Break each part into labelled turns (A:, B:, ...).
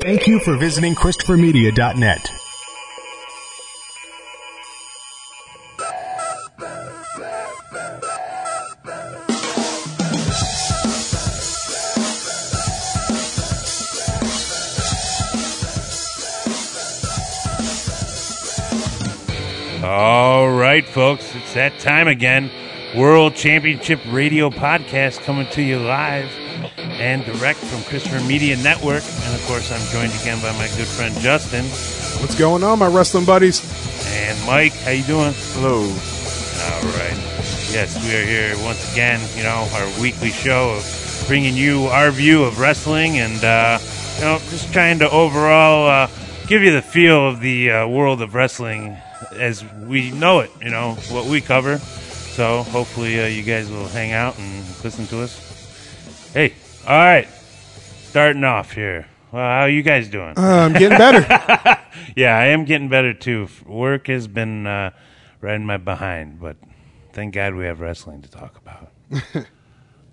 A: Thank you for visiting ChristopherMedia.net.
B: All right, folks, it's that time again. World Championship Radio Podcast coming to you live and direct from Christopher Media Network. And of course, I'm joined again by my good friend Justin
C: What's going on, my wrestling buddies?
B: and Mike. How you doing?
C: Hello.
B: All right. Yes, we are here once again. You know, our weekly show of bringing you our view of wrestling and, uh, you know, just trying to overall uh, give you the feel of the uh, world of wrestling as we know it, you know, what we cover. So hopefully uh, you guys will hang out and listen to us. Hey, all right. Starting off here. Well, how you guys doing?
C: Uh, I'm getting better.
B: Yeah, I am getting better too. F- Work has been uh, riding my behind, but thank God we have wrestling to talk about.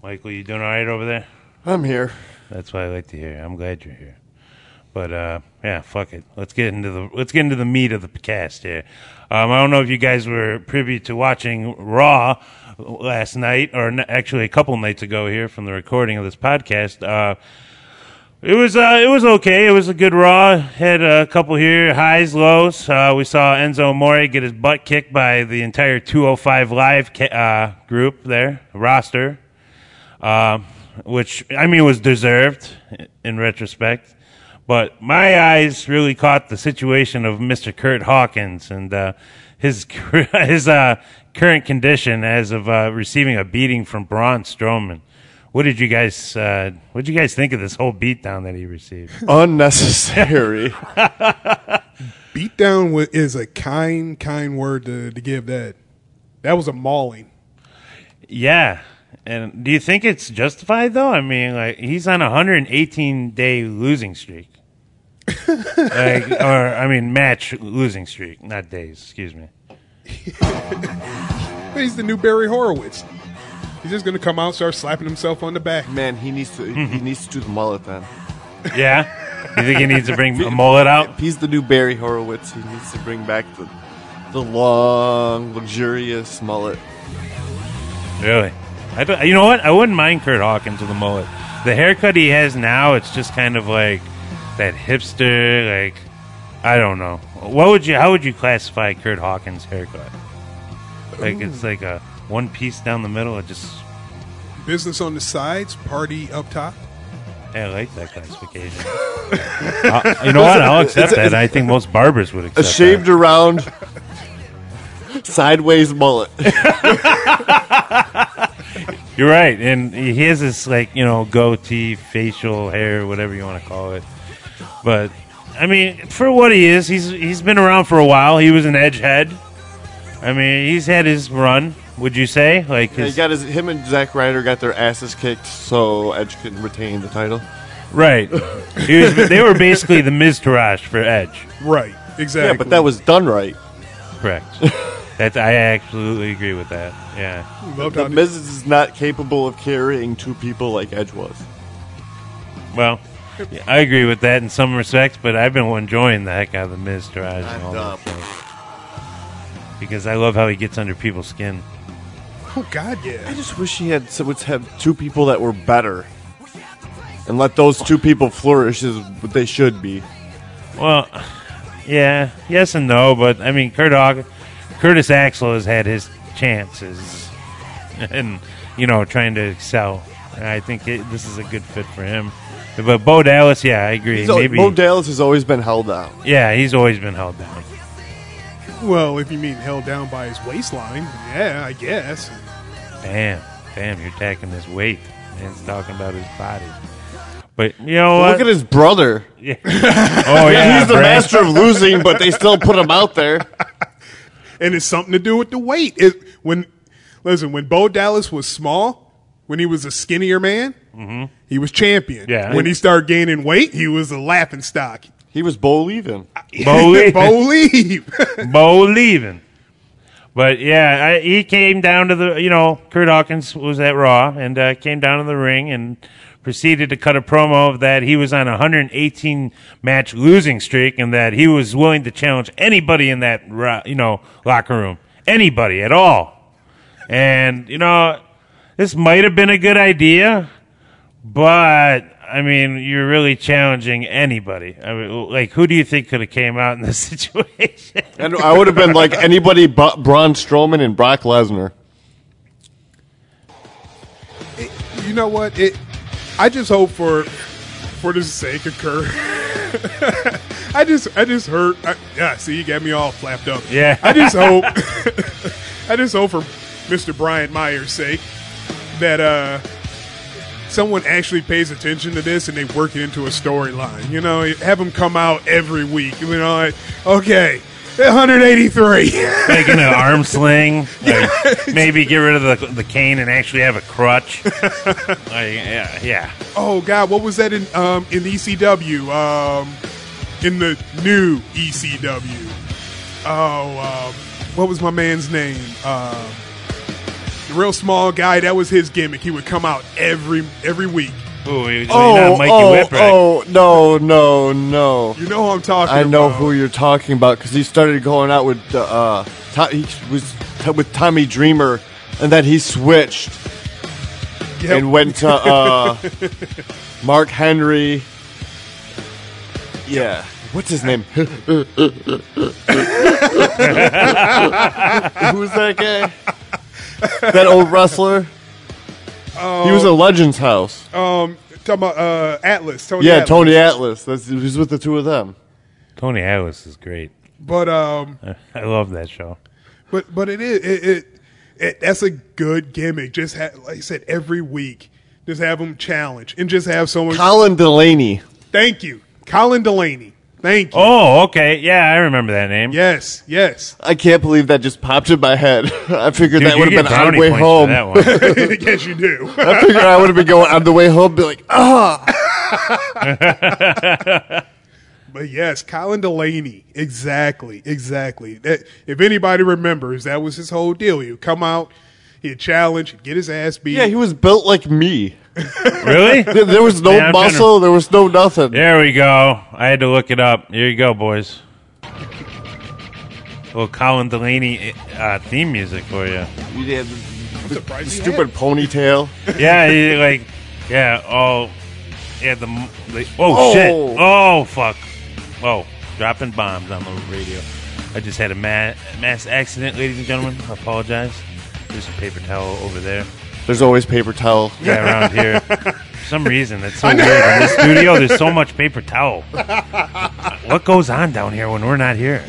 B: Michael, you doing all right over there?
D: I'm here.
B: That's what I like to hear. I'm glad you're here. But uh, yeah, fuck it. Let's get into the let's get into the meat of the cast here. Um, I don't know if you guys were privy to watching Raw last night, or n- actually a couple nights ago here from the recording of this podcast. Uh, it was uh, it was okay. It was a good Raw. Had a couple here highs, lows. Uh, we saw Enzo Amore get his butt kicked by the entire 205 Live ca- uh, group there roster um, which I mean was deserved in retrospect. But my eyes really caught the situation of Mr. Kurt Hawkins and uh, his cur- his uh, current condition as of uh, receiving a beating from Braun Strowman. What did you guys uh, What did you guys think of this whole beatdown that he received?
D: Unnecessary.
C: Beatdown wa- is a kind, kind word to, to give that. That was a mauling.
B: yeah, and do you think it's justified though? I mean, like he's on a 118 day losing streak, like, or I mean, match losing streak, not days. Excuse me.
C: But he's the new Barry Horowitz. He's just going to come out and start slapping himself on the back.
D: Man, he needs to he needs to do the mullet then.
B: Yeah. You think he needs to bring a mullet out?
D: If he's the new Barry Horowitz, he needs to bring back the the long, luxurious mullet.
B: Really? I don't, you know what? I wouldn't mind Kurt Hawkins with a mullet. The haircut he has now, it's just kind of like that hipster, like I don't know. What would you? How would you classify Kurt Hawkins' haircut? Like it's like a one piece down the middle. It just
C: Business on the sides, party up top.
B: I like that classification. Uh, you know what? I'll accept that. I think most barbers would
D: A
B: accept
D: shaved around sideways mullet.
B: that. You're right, and he has this like you know goatee, facial hair, whatever you want to call it. But I mean, for what he is, he's he's been around for a while. He was an edge head. I mean, he's had his run. Would you say like
D: he
B: his,
D: got his him and Zack Ryder got their asses kicked so Edge couldn't retain the title.
B: right? He was, they were basically the Miz Taraj for Edge.
C: Right. Exactly.
D: Yeah, but that was done right.
B: Correct. That's I absolutely agree with that. Yeah,
C: Love
D: The
C: how-
D: Miz is not capable of carrying two people like Edge was.
B: well. I agree with that in some respects, but I've been enjoying the heck out of the Miz Taraj and
D: I'm
B: all
D: dumb.
B: that stuff. Because I love how he gets under people's skin.
C: oh, God,
D: I
C: yeah.
D: just wish he had so would have two people that were better, and let those two people flourish as what they should be.
B: Well, yeah, yes and no, but I mean, Kurt Hawk, Curtis Axel has had his chances, and you know, trying to excel. And I think it, this is a good fit for him. But Bo Dallas, yeah, I agree.
D: So
B: Maybe,
D: Bo Dallas has always been held down.
B: yeah, he's always been held down.
C: Well, if you mean held down by his waistline, yeah, I guess.
B: Damn, damn, you're attacking his weight. Man's talking about his body. But you know what?
D: Look at his brother.
B: oh yeah,
D: He's the
B: Brad.
D: master of losing, but they still put him out there.
C: and it's something to do with the weight. It when listen when Bo Dallas was small, when he was a skinnier man, he was champion.
B: Yeah.
C: When he started gaining weight, he was a laughing stock.
D: He was Bo leaving.
B: Bo Lee.
C: Bo Lee.
B: Bo leaving. But yeah, I, he came down to the you know Kurt Hawkins was at Raw and uh, came down to the ring and proceeded to cut a promo that he was on a 118 match losing streak and that he was willing to challenge anybody in that ro- you know locker room, anybody at all. And you know, this might have been a good idea, but I mean, you're really challenging anybody. I mean, like, who do you think could have came out in this situation?
D: And I would have been like anybody but Braun Strowman and Brock Lesnar.
C: You know what? It. I just hope for for the sake of Kerr. I just I just hurt. I, yeah, see, you got me all flapped up.
B: Yeah.
C: I just hope. I just hope for Mr. Brian Meyer's sake that uh someone actually pays attention to this and they work it into a storyline. You know, have them come out every week. You know, like, okay, 183.
B: Making an arm sling, like, maybe get rid of the the cane and actually have a crutch. like, yeah, yeah.
C: Oh God, what was that in um, in ECW? Um, in the new ECW. Oh, um, what was my man's name? Um, the real small guy. That was his gimmick. He would come out every every week.
B: Ooh, you're not Oh, Mikey Whipwreck.
D: oh, no, no, no.
C: You know who I'm talking.
D: I know
C: about.
D: who you're talking about because he started going out with uh, to- he was t- with Tommy Dreamer, and then he switched
C: Yep.
D: and went to uh, Mark Henry. Yeah, what's his name? Who's that guy? That old wrestler. He was at Legends House.
C: Um, talking about uh, Atlas. Tony
D: Oh, yeah,
C: Atlas.
D: Tony Atlas. That's he was with the two of them.
B: Tony Atlas is great.
C: But um,
B: I love that show.
C: But but it is it, it, it that's a good gimmick. Just ha- like I said, every week, just have them challenge and just have someone.
D: Colin Delaney.
C: Thank you, Colin Delaney. Thank you.
B: Oh, okay. Yeah, I remember that name.
C: Yes, yes.
D: I can't believe that just popped in my head. I figured
B: Dude,
D: that
B: you
D: would
B: get
D: have been on
B: brownie
D: the way
B: points for
D: home.
B: that
D: I
B: one.
C: yes, you do.
D: figured I would have been going on the way home, be like, ah.
C: but yes, Colin Delaney. Exactly, exactly. That if anybody remembers, that was his whole deal. He'd come out, he'd challenge, he'd get his ass beat.
D: Yeah, he was built like me.
B: really?
D: There- There was no
B: Man, I'm trying to-
D: muscle. There was no nothing.
B: There we go. I had to look it up. Here you go, boys. Well, Colin Delaney uh, theme music for you.
D: You'd have the- the
C: surprised he
D: stupid ponytail.
B: Yeah, he, like, yeah, oh, yeah, the, m- the oh,
D: Oh.
B: shit, oh fuck, oh, dropping bombs on the radio. I just had a ma- mass accident, ladies and gentlemen. I apologize. There's a paper towel over there.
D: There's always paper towel.
B: Yeah, around here. For some reason, it's so weird. In this studio, there's so much paper towel. What goes on down here when we're not here?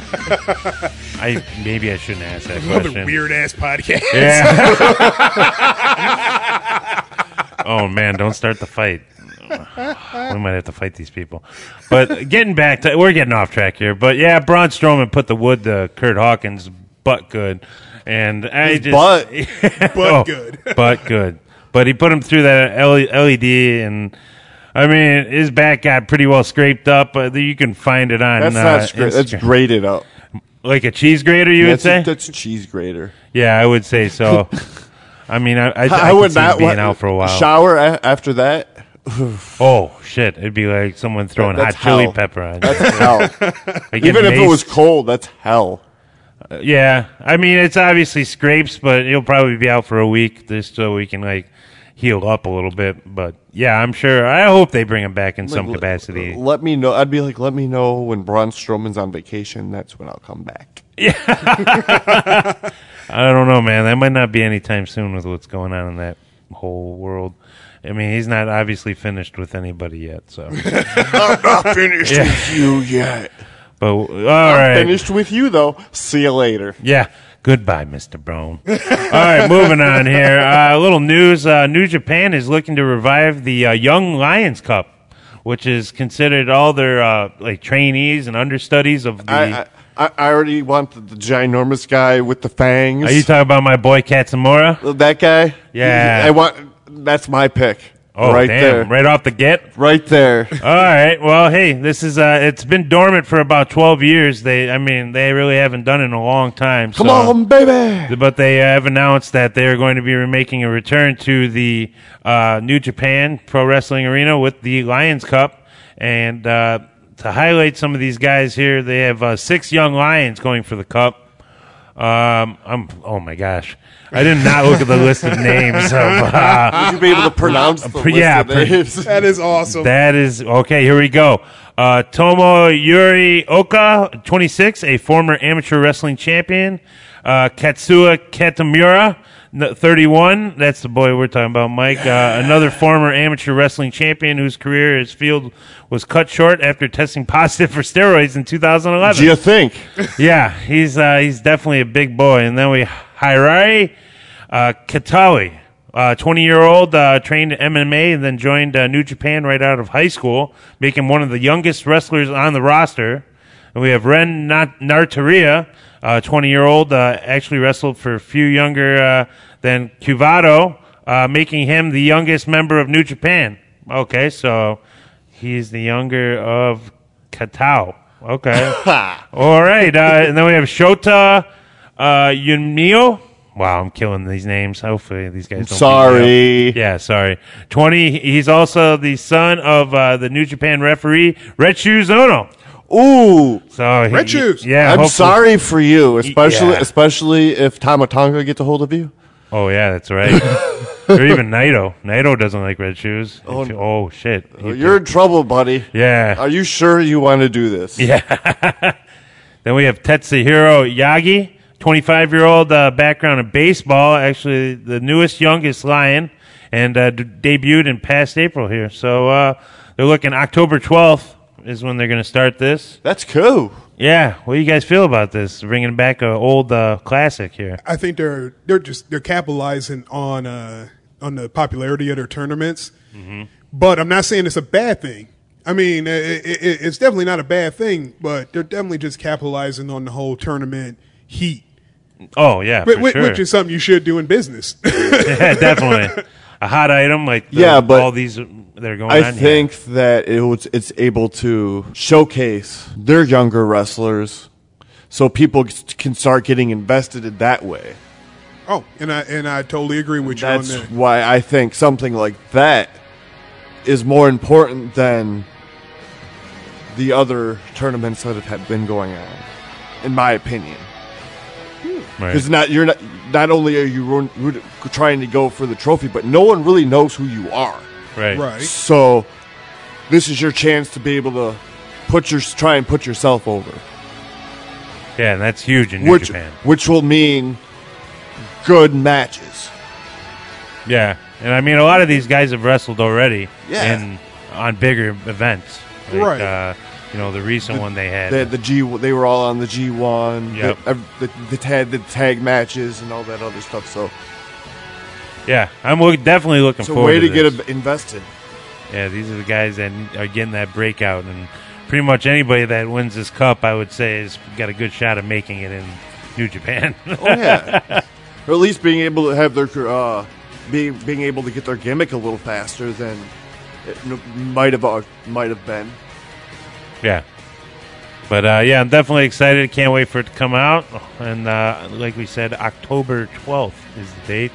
B: I maybe I shouldn't ask that
C: Another
B: question.
C: weird ass podcast.
B: Yeah. oh man, don't start the fight. We might have to fight these people. But getting back to, we're getting off track here. But yeah, Braun Strowman put the wood to Kurt Hawkins' butt good, and I
D: His
B: just
D: butt. Oh.
B: butt
C: good.
B: butt good. But he put him through that L- LED, and I mean his back got pretty well scraped up. But you can find it on
D: That's
B: uh,
D: not scra- That's
B: Instagram.
D: grated up.
B: like a cheese grater. You would
D: That's,
B: say
D: that's cheese grater.
B: yeah, I would say so. I mean, I, I, I,
D: I,
B: could
D: would
B: see him
D: not
B: being
D: want
B: out for a while.
D: Shower a- after that.
B: oh shit! It'd be like someone throwing
D: That's
B: hot chili
D: hell.
B: pepper on.
D: That's
B: you.
D: hell.
B: Like,
D: Even if
B: mace-
D: it was cold, that's hell.
B: yeah. I mean, it's obviously scrapes, but he'll probably be out for a week just so we can like heal up a little bit. But yeah, I'm sure. I hope they bring him back in some
D: Like, uh, le-
B: capacity.
D: Let me know. I'd be like, let me know when Braun Strowman's on vacation. That's when I'll come back.
B: I don't know, man. That might not be anytime soon with what's going on in that whole world. I mean, he's not obviously finished with anybody yet. So,
D: I'm not finished with you yet.
B: but all right.
D: Finished with you though. See you later.
B: Yeah. Goodbye, Mr. Brown. All right, moving on here. Uh, a little news. Uh, New Japan is looking to revive the uh, Young Lions Cup, which is considered all their uh, like trainees and understudies of the.
D: I, I I I already want the, the ginormous guy with the fangs.
B: Are you talking about my boy Katsumura?
D: that guy?
B: Yeah.
D: I want. That's my pick.
B: Oh,
D: Right
B: damn.
D: there.
B: Right off the get.
D: Right there.
B: All right. Well, hey, this is uh it's been dormant for about 12 years. They I mean, they really haven't done it in a long time.
D: Come
B: so-
D: on, baby.
B: But they uh, have announced that they are going to be making a return to the uh, New Japan Pro Wrestling Arena with the Lions Cup. And uh, to highlight some of these guys here, they have uh, six young Lions going for the cup. Um, I'm oh my gosh, I did not look at the list of names. Of, uh,
D: Would you be able to pronounce the
B: Pre- yeah,
D: list of
B: pre-
D: names?
C: That is awesome.
B: that is okay. Here we go. Uh, Tomo Yuri Oka, 26, a former amateur wrestling champion. Uh, Katsua Katamura, n- 31. That's the boy we're talking about, Mike. Uh, another former amateur wrestling champion whose career his field was cut short after testing positive for steroids in 2011.
D: Do you think?
B: yeah, he's uh, he's definitely a big boy. And then we Hirai uh, Katawi, uh, 20 year old, uh, trained MMA and then joined uh, New Japan right out of high school, making one of the youngest wrestlers on the roster. And we have Ren Nat- Nartaria, uh, 20 year old, uh, actually wrestled for a few younger uh, than Cuvado, uh, making him the youngest member of New Japan. Okay, so he's the younger of Katao. Okay. All right, uh, and then we have Shota uh, Yunmio. Wow, I'm killing these names. Hopefully, these guys. Don't beat me
D: Sorry.
B: up. Yeah, sorry. Twenty. He's also the son of uh, the New Japan referee Retsu Zono.
D: Ooh,
B: So he,
C: Retsu's.
B: Yeah,
D: I'm
B: hopefully-
D: sorry for you, especially
B: Yeah.
D: especially if Tamatanga gets a hold of you.
B: Oh yeah, that's right. or even Naito. Naito doesn't like red shoes. Oh, shit. He-
D: oh, You're in trouble, buddy.
B: yeah.
D: Are you sure you want to do this?
B: Then we have Tetsuhiro Yagi, 25 year old uh, background in baseball, actually the newest, youngest Lion, and uh, d- debuted in past April here. So uh, they're looking October 12th is when they're going to start this.
D: That's cool.
B: Yeah, what do you guys feel about this? Bringing back an old uh, classic here.
C: I think they're they're just they're capitalizing on uh, on the popularity of their tournaments.
B: Mm-hmm.
C: But I'm not saying it's a bad thing. I mean, i i i- it's definitely not a bad thing, but they're definitely just capitalizing on the whole tournament heat,
B: Oh, yeah.
C: But
B: for
C: which,
B: sure.
C: which is something you should do in business.
B: yeah, definitely. A hot item like the,
D: Yeah, but
B: all these that are going on.
D: I
B: here.
D: think that it was, it's able to showcase their younger wrestlers, so people c- can start getting invested in that way.
C: oh, and I and I totally agree with you on
D: That's
C: that.
D: why I think something like that is more important than the other tournaments that have had been going on, in my opinion.
B: Right.
D: Because not you're not not only are you run- root- trying to go for the trophy, but no one really knows who you are.
B: Right.
C: Right.
D: So this is your chance to be able to put your try and put yourself over,
B: Yeah, and that's huge in New
D: which
B: Japan.
D: which will mean good matches.
B: Yeah, and I mean a lot of these guys have wrestled already.
D: Yeah.
B: in- on bigger events, like,
C: Right.
B: Uh, you know the recent one they had.
D: They had the G. They were all on the G one.
B: Yep.
D: The, ev- the, the tag the tag matches and all that other stuff. So
B: yeah, I'm look, definitely looking
D: it's a
B: forward.
D: way to,
B: to
D: get
B: this.
D: ab- invested.
B: Yeah, these are the guys that are getting that breakout, and pretty much anybody that wins this cup, I would say, has got a good shot of making it in New Japan.
D: Oh yeah. or at least being able to have their uh, be, being able to get their gimmick a little faster than it n- might have uh, might have been.
B: Yeah. But uh, yeah, I'm definitely excited. Can't wait for it to come out. And uh, like we said, October 12th is the date.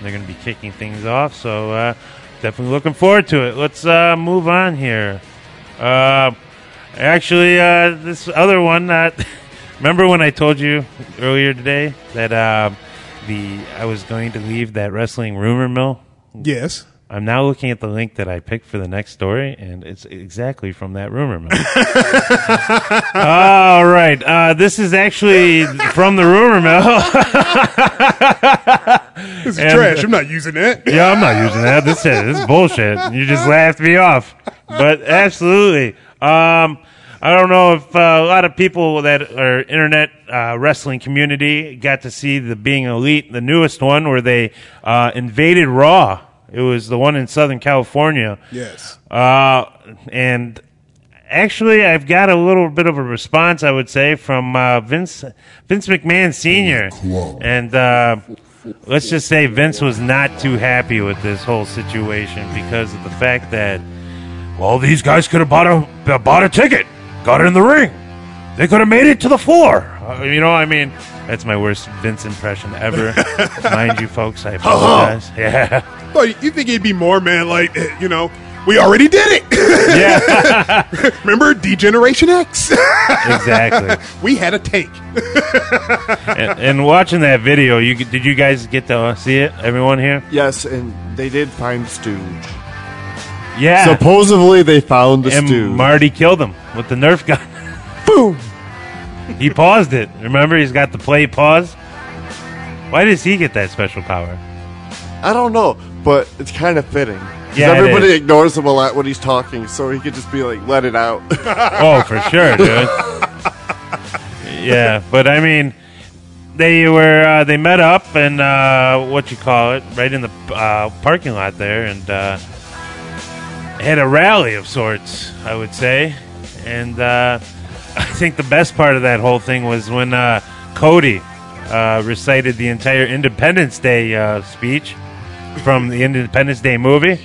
B: They're going to be kicking things off. So uh, definitely looking forward to it. Let's uh, move on here. Uh, actually, uh, this other one that. Remember when I told you earlier today that uh, the I was going to leave that wrestling rumor mill
C: Yes.
B: I'm now looking at the link that I picked for the next story, and it's exactly from that rumor mill. All right, uh, this is actually from the rumor mill.
C: This is trash. I'm not using that.
B: yeah, I'm not using that. This is, this is bullshit. You just laughed me off. But absolutely. Um, I don't know if uh, a lot of people that are internet uh, wrestling community got to see the Being Elite, the newest one where they uh, invaded Raw. It was the one in Southern California.
C: Yes.
B: Uh, and actually, I've got a little bit of a response, I would say, from uh, Vince Vince McMahon Senior, and uh, let's just say Vince was not too happy with this whole situation because of the fact that well, these guys could have bought a uh, bought a ticket, got in the ring, they could have made it to the floor. Uh, you know, I mean, that's my worst Vince impression ever. Mind you, folks, I apologize. yeah,
C: But you think he'd be more man like eh, you know? We already did it.
B: yeah,
C: Remember Degeneration X?
B: exactly.
C: we had a tank.
B: And, and watching that video, you did you guys get to see it? Everyone here?
D: Yes, and they did find Stooge.
B: Yeah.
D: Supposedly they found the
B: and
D: Stooge.
B: Marty killed him with the Nerf gun.
D: Boom.
B: He paused it. Remember, he's got the play pause. Why does he get that special power?
D: I don't know, but it's kind of fitting. 'Cause
B: Yeah, it
D: everybody
B: is.
D: ignores him a lot when he's talking, so he could just be like, "Let it out."
B: Oh, for sure, dude. yeah, but I mean, they were uh, they met up and uh, what you call it, right in the uh, parking lot there, and uh, had a rally of sorts, I would say. And uh, I think the best part of that whole thing was when uh, Cody uh, recited the entire Independence Day uh, speech from the Independence Day movie.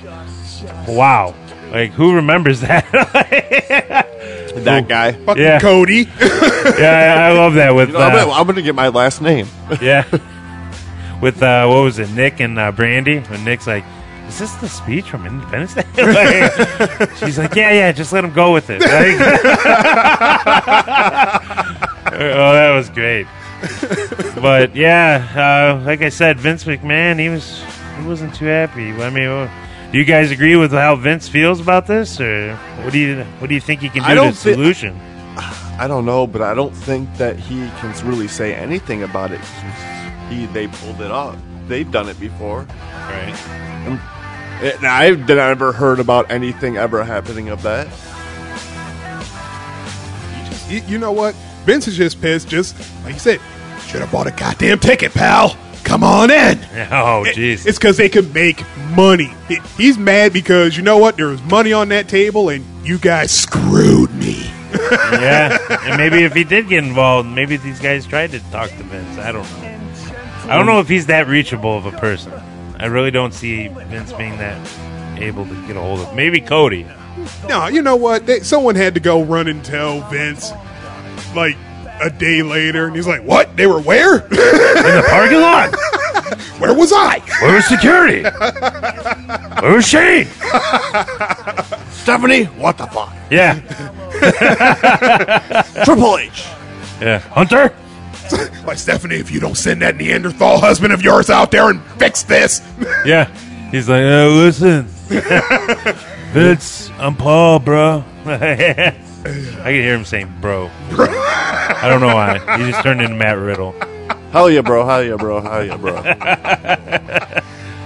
B: Wow. Like, who remembers that?
D: that guy.
C: Fucking
B: Yeah.
C: Cody.
B: yeah, I I love that with
D: You know, I'm, gonna,
B: uh,
D: I'm gonna get my last name.
B: yeah, with uh, what was it, Nick and uh, Brandy? When Nick's like, "Is this the speech from Independence Day?" Like, she's like, "Yeah, yeah, just let him go with it." Like, oh, that was great. But yeah, uh, like I said, Vince McMahon, he was he wasn't too happy. I mean. uh, do you guys agree with how Vince feels about this, or what do you what do you think he can
D: I
B: do to
D: don't thi-
B: solution?
D: I don't know, but I don't think that he can really say anything about it. He they pulled it off. They've done it before,
B: Right.
D: and I've never heard about anything ever happening of that.
C: you, you know what? Vince is just pissed. Just like you said, should have bought a goddamn ticket, pal. Come on in.
B: Oh,
C: It-
B: jeez.
C: It's because they could make money. He- He's mad because you know what? There was money on that table, and you guys screwed me.
B: yeah, and maybe if he did get involved, maybe these guys tried to talk to Vince. I don't know. I don't know if he's that reachable of a person. I really don't see Vince being that able to get a hold of. Maybe Cody.
C: No, you know what? They, someone had to go run and tell Vince, like a day later, and he's like, "What? They were where?
B: In the parking lot.
C: where was I?"
B: Where was security? Where was Shane?
D: Stephanie, what the fuck?
B: Yeah,
D: Triple H.
B: yeah. Hunter.
C: like Stephanie, if you don't send that Neanderthal husband of yours out there and fix this,
B: Yeah. He's like, oh, listen, Vince, I'm Paul, bro. I can hear him saying, bro. I don't know why. He just turned into Matt Riddle.
D: Hell yeah, bro. Hell yeah, bro. Hell yeah, bro.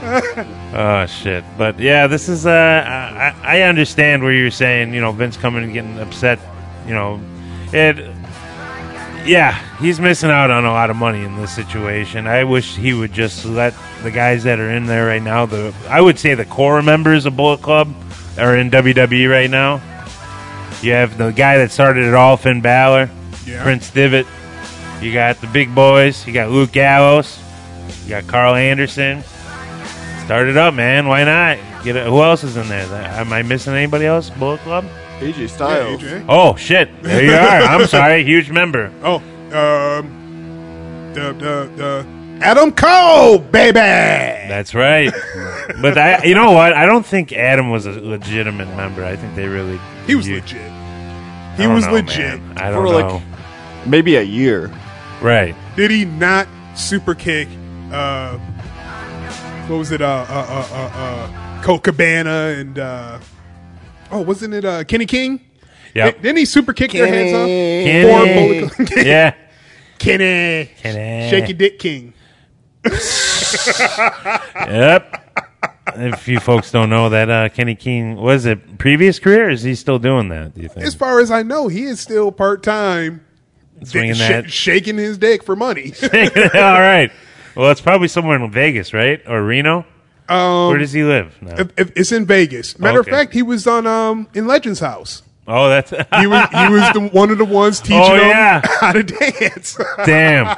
B: Oh shit! But yeah, this is. Uh, I, I understand where you're saying. You know, Vince coming and getting upset. You know, it. Yeah, he's missing out on a lot of money in this situation. I wish he would just let the guys that are in there right now. The I would say the core members of Bullet Club are in WWE right now. You have the guy that started it all, Finn Balor,
C: Yeah.
B: Prince Devitt. You got the big boys. You got Luke Gallows. You got Carl Anderson. Start it up, man. Why not? Get it. Who else is in there? Am I missing anybody else? Bullet Club?
D: AJ Styles.
C: AJ.
B: Oh shit! There you are. I'm sorry. Huge member.
C: Oh, um, the, the, the Adam Cole, baby.
B: That's right. but I, you know what? I don't think Adam was a legitimate member. I think they really
C: He was
B: you-
C: legit.
B: I
C: He
B: don't
C: was
B: know,
C: legit.
B: man. I don't
D: For, like-
B: know.
D: Maybe a year.
B: Right.
C: Did he not super kick? Uh, what was it? Uh, uh, uh, uh, uh Colt Cabana and uh, oh, wasn't it uh, Kenny King?
B: Yep.
C: Didn't he super kick their hands off?
B: Kenny.
C: Or Bullet Club-
B: yeah.
C: Kenny.
B: Kenny.
C: Shaky Dick King.
B: Yep. If you folks don't know that uh, Kenny King was it previous career? Or is he still doing that? Do you think
C: As far as I know, he is still part time
B: swinging that?
C: shaking his dick for money.
B: All right. Well, it's probably somewhere in Vegas, right, or Reno. Um, Where does he live? No.
C: If- if it's in Vegas. Matter
B: Okay.
C: of fact, he was on um in Legends House.
B: Oh, that's
C: He was he was the, one of the ones teaching
B: Oh,
C: them
B: yeah.
C: how to dance.
B: damn.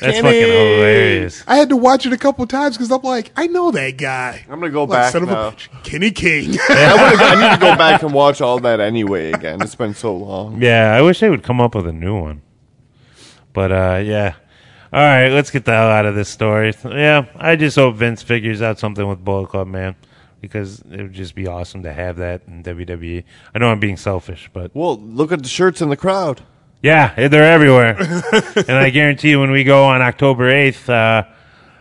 B: That's
C: Kenny.
B: fucking hilarious.
C: I had to watch it a couple times because I'm like, I know that guy.
D: I'm gonna go
C: Like,
D: back
C: son of a
D: now.
C: bitch, Kenny King.
D: I, wanna go- I need to go back and watch all that anyway again. It's been so long.
B: Yeah, I wish they would come up with a new one. But uh, yeah. All right, let's get the hell out of this story. Yeah, I just hope Vince figures out something with Bullet Club, man, because it would just be awesome to have that in WWE. I know I'm being selfish, but
D: Well, look at the shirts in the crowd.
B: yeah, they're everywhere. and I guarantee you, when we go on October 8th, uh,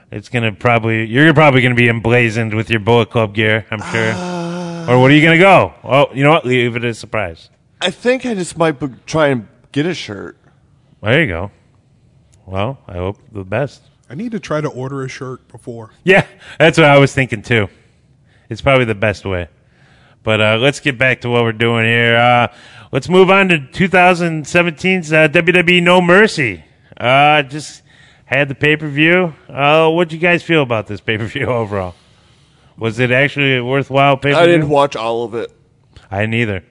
B: it's going to probably, you're probably going to be emblazoned with your Bullet Club gear, I'm sure. or what are you going to go? Oh, you know what? Leave it as a surprise.
D: I think I just might be- try and get a shirt.
B: There you go. Well, I hope the best.
C: I need to try to order a shirt before.
B: Yeah, that's what I was thinking too. It's probably the best way. But uh, let's get back to what we're doing here. Uh, let's move on to 2017's uh, WWE No Mercy. Uh, just had the pay per view. Uh, what would you guys feel about this pay per view overall? Was it actually a worthwhile pay per
D: I didn't
B: view?
D: watch all of it.
B: I didn't either.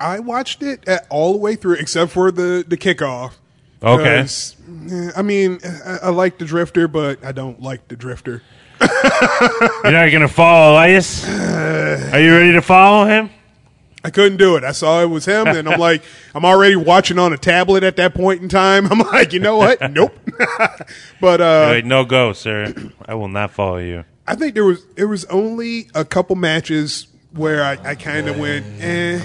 C: I watched it uh, all the way through except for the the kickoff.
B: Okay.
C: 'Cause, eh, I mean, I, I like the Drifter, but I don't like the Drifter.
B: You're not going to follow Elias? Are you ready to follow him?
C: I couldn't do it. I saw it was him, and I'm like, I'm already watching on a tablet at that point in time. I'm like, you know what? Nope. but uh,
B: Wait, no go, sir. I will not follow you.
C: I think there was there was only a couple matches where I, I kind of went, eh.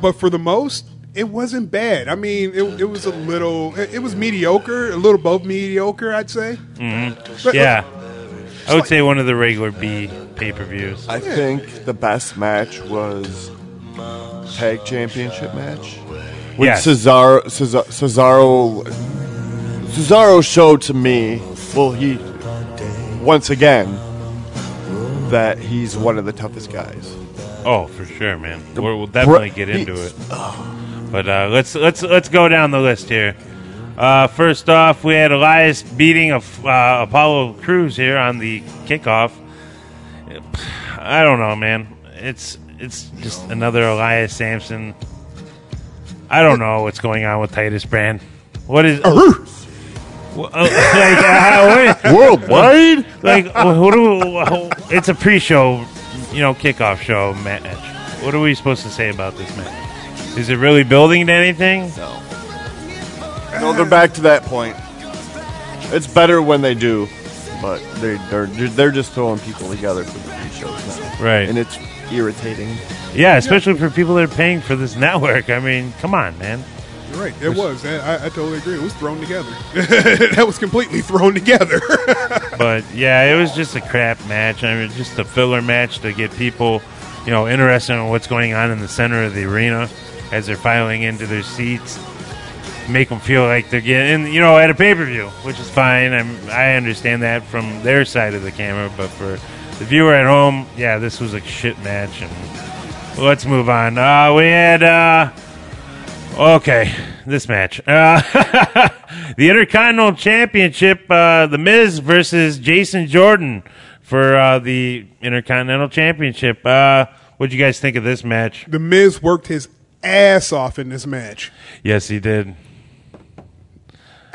C: But for the most, it wasn't bad. I mean, it, it was a little, it, it was mediocre, a little above mediocre, I'd say. But-
B: Yeah. I would say one of the regular B pay per views.
D: I think the best match was tag championship match. When
B: Yes.
D: Cesaro, Cesaro, Cesaro, Cesaro showed to me, well, he once again that he's one of the toughest guys.
B: Oh, for sure, man. We're, we'll definitely get into it. But uh, let's let's let's go down the list here. Uh, first off, we had Elias beating a, uh, Apollo Cruz here on the kickoff. I don't know, man. It's it's just another Elias Sampson. I don't know what's going on with Titus Brand. What is Wha- uh, like? Uh, what-
D: Worldwide,
B: like wh- what do wh- it's a pre-show you know kickoff show match what are we supposed to say about this match is it really building to anything
D: no, they're back to that point. It's better when they do, but they, they're they're just throwing people together for the shows now,
B: right
D: and it's irritating.
B: yeah especially for people that are paying for this network i mean come on man
C: You're right. It was. I, I totally agree. It was thrown together. that was completely thrown together.
B: but yeah it was just a crap match i mean just a filler match to get people you know interested in what's going on in the center of the arena as they're filing into their seats make them feel like they're getting, you know, at a pay per view, which is fine. I'm, I understand that from their side of the camera, but for the viewer at home, yeah, this was a shit match. And let's move on. Uh, we had, uh, okay, this match, uh, the Intercontinental Championship, uh, The Miz versus Jason Jordan for uh, the Intercontinental Championship. Uh, what'd you guys think of this match?
C: the Miz worked his ass off in this match.
B: Yes, he did.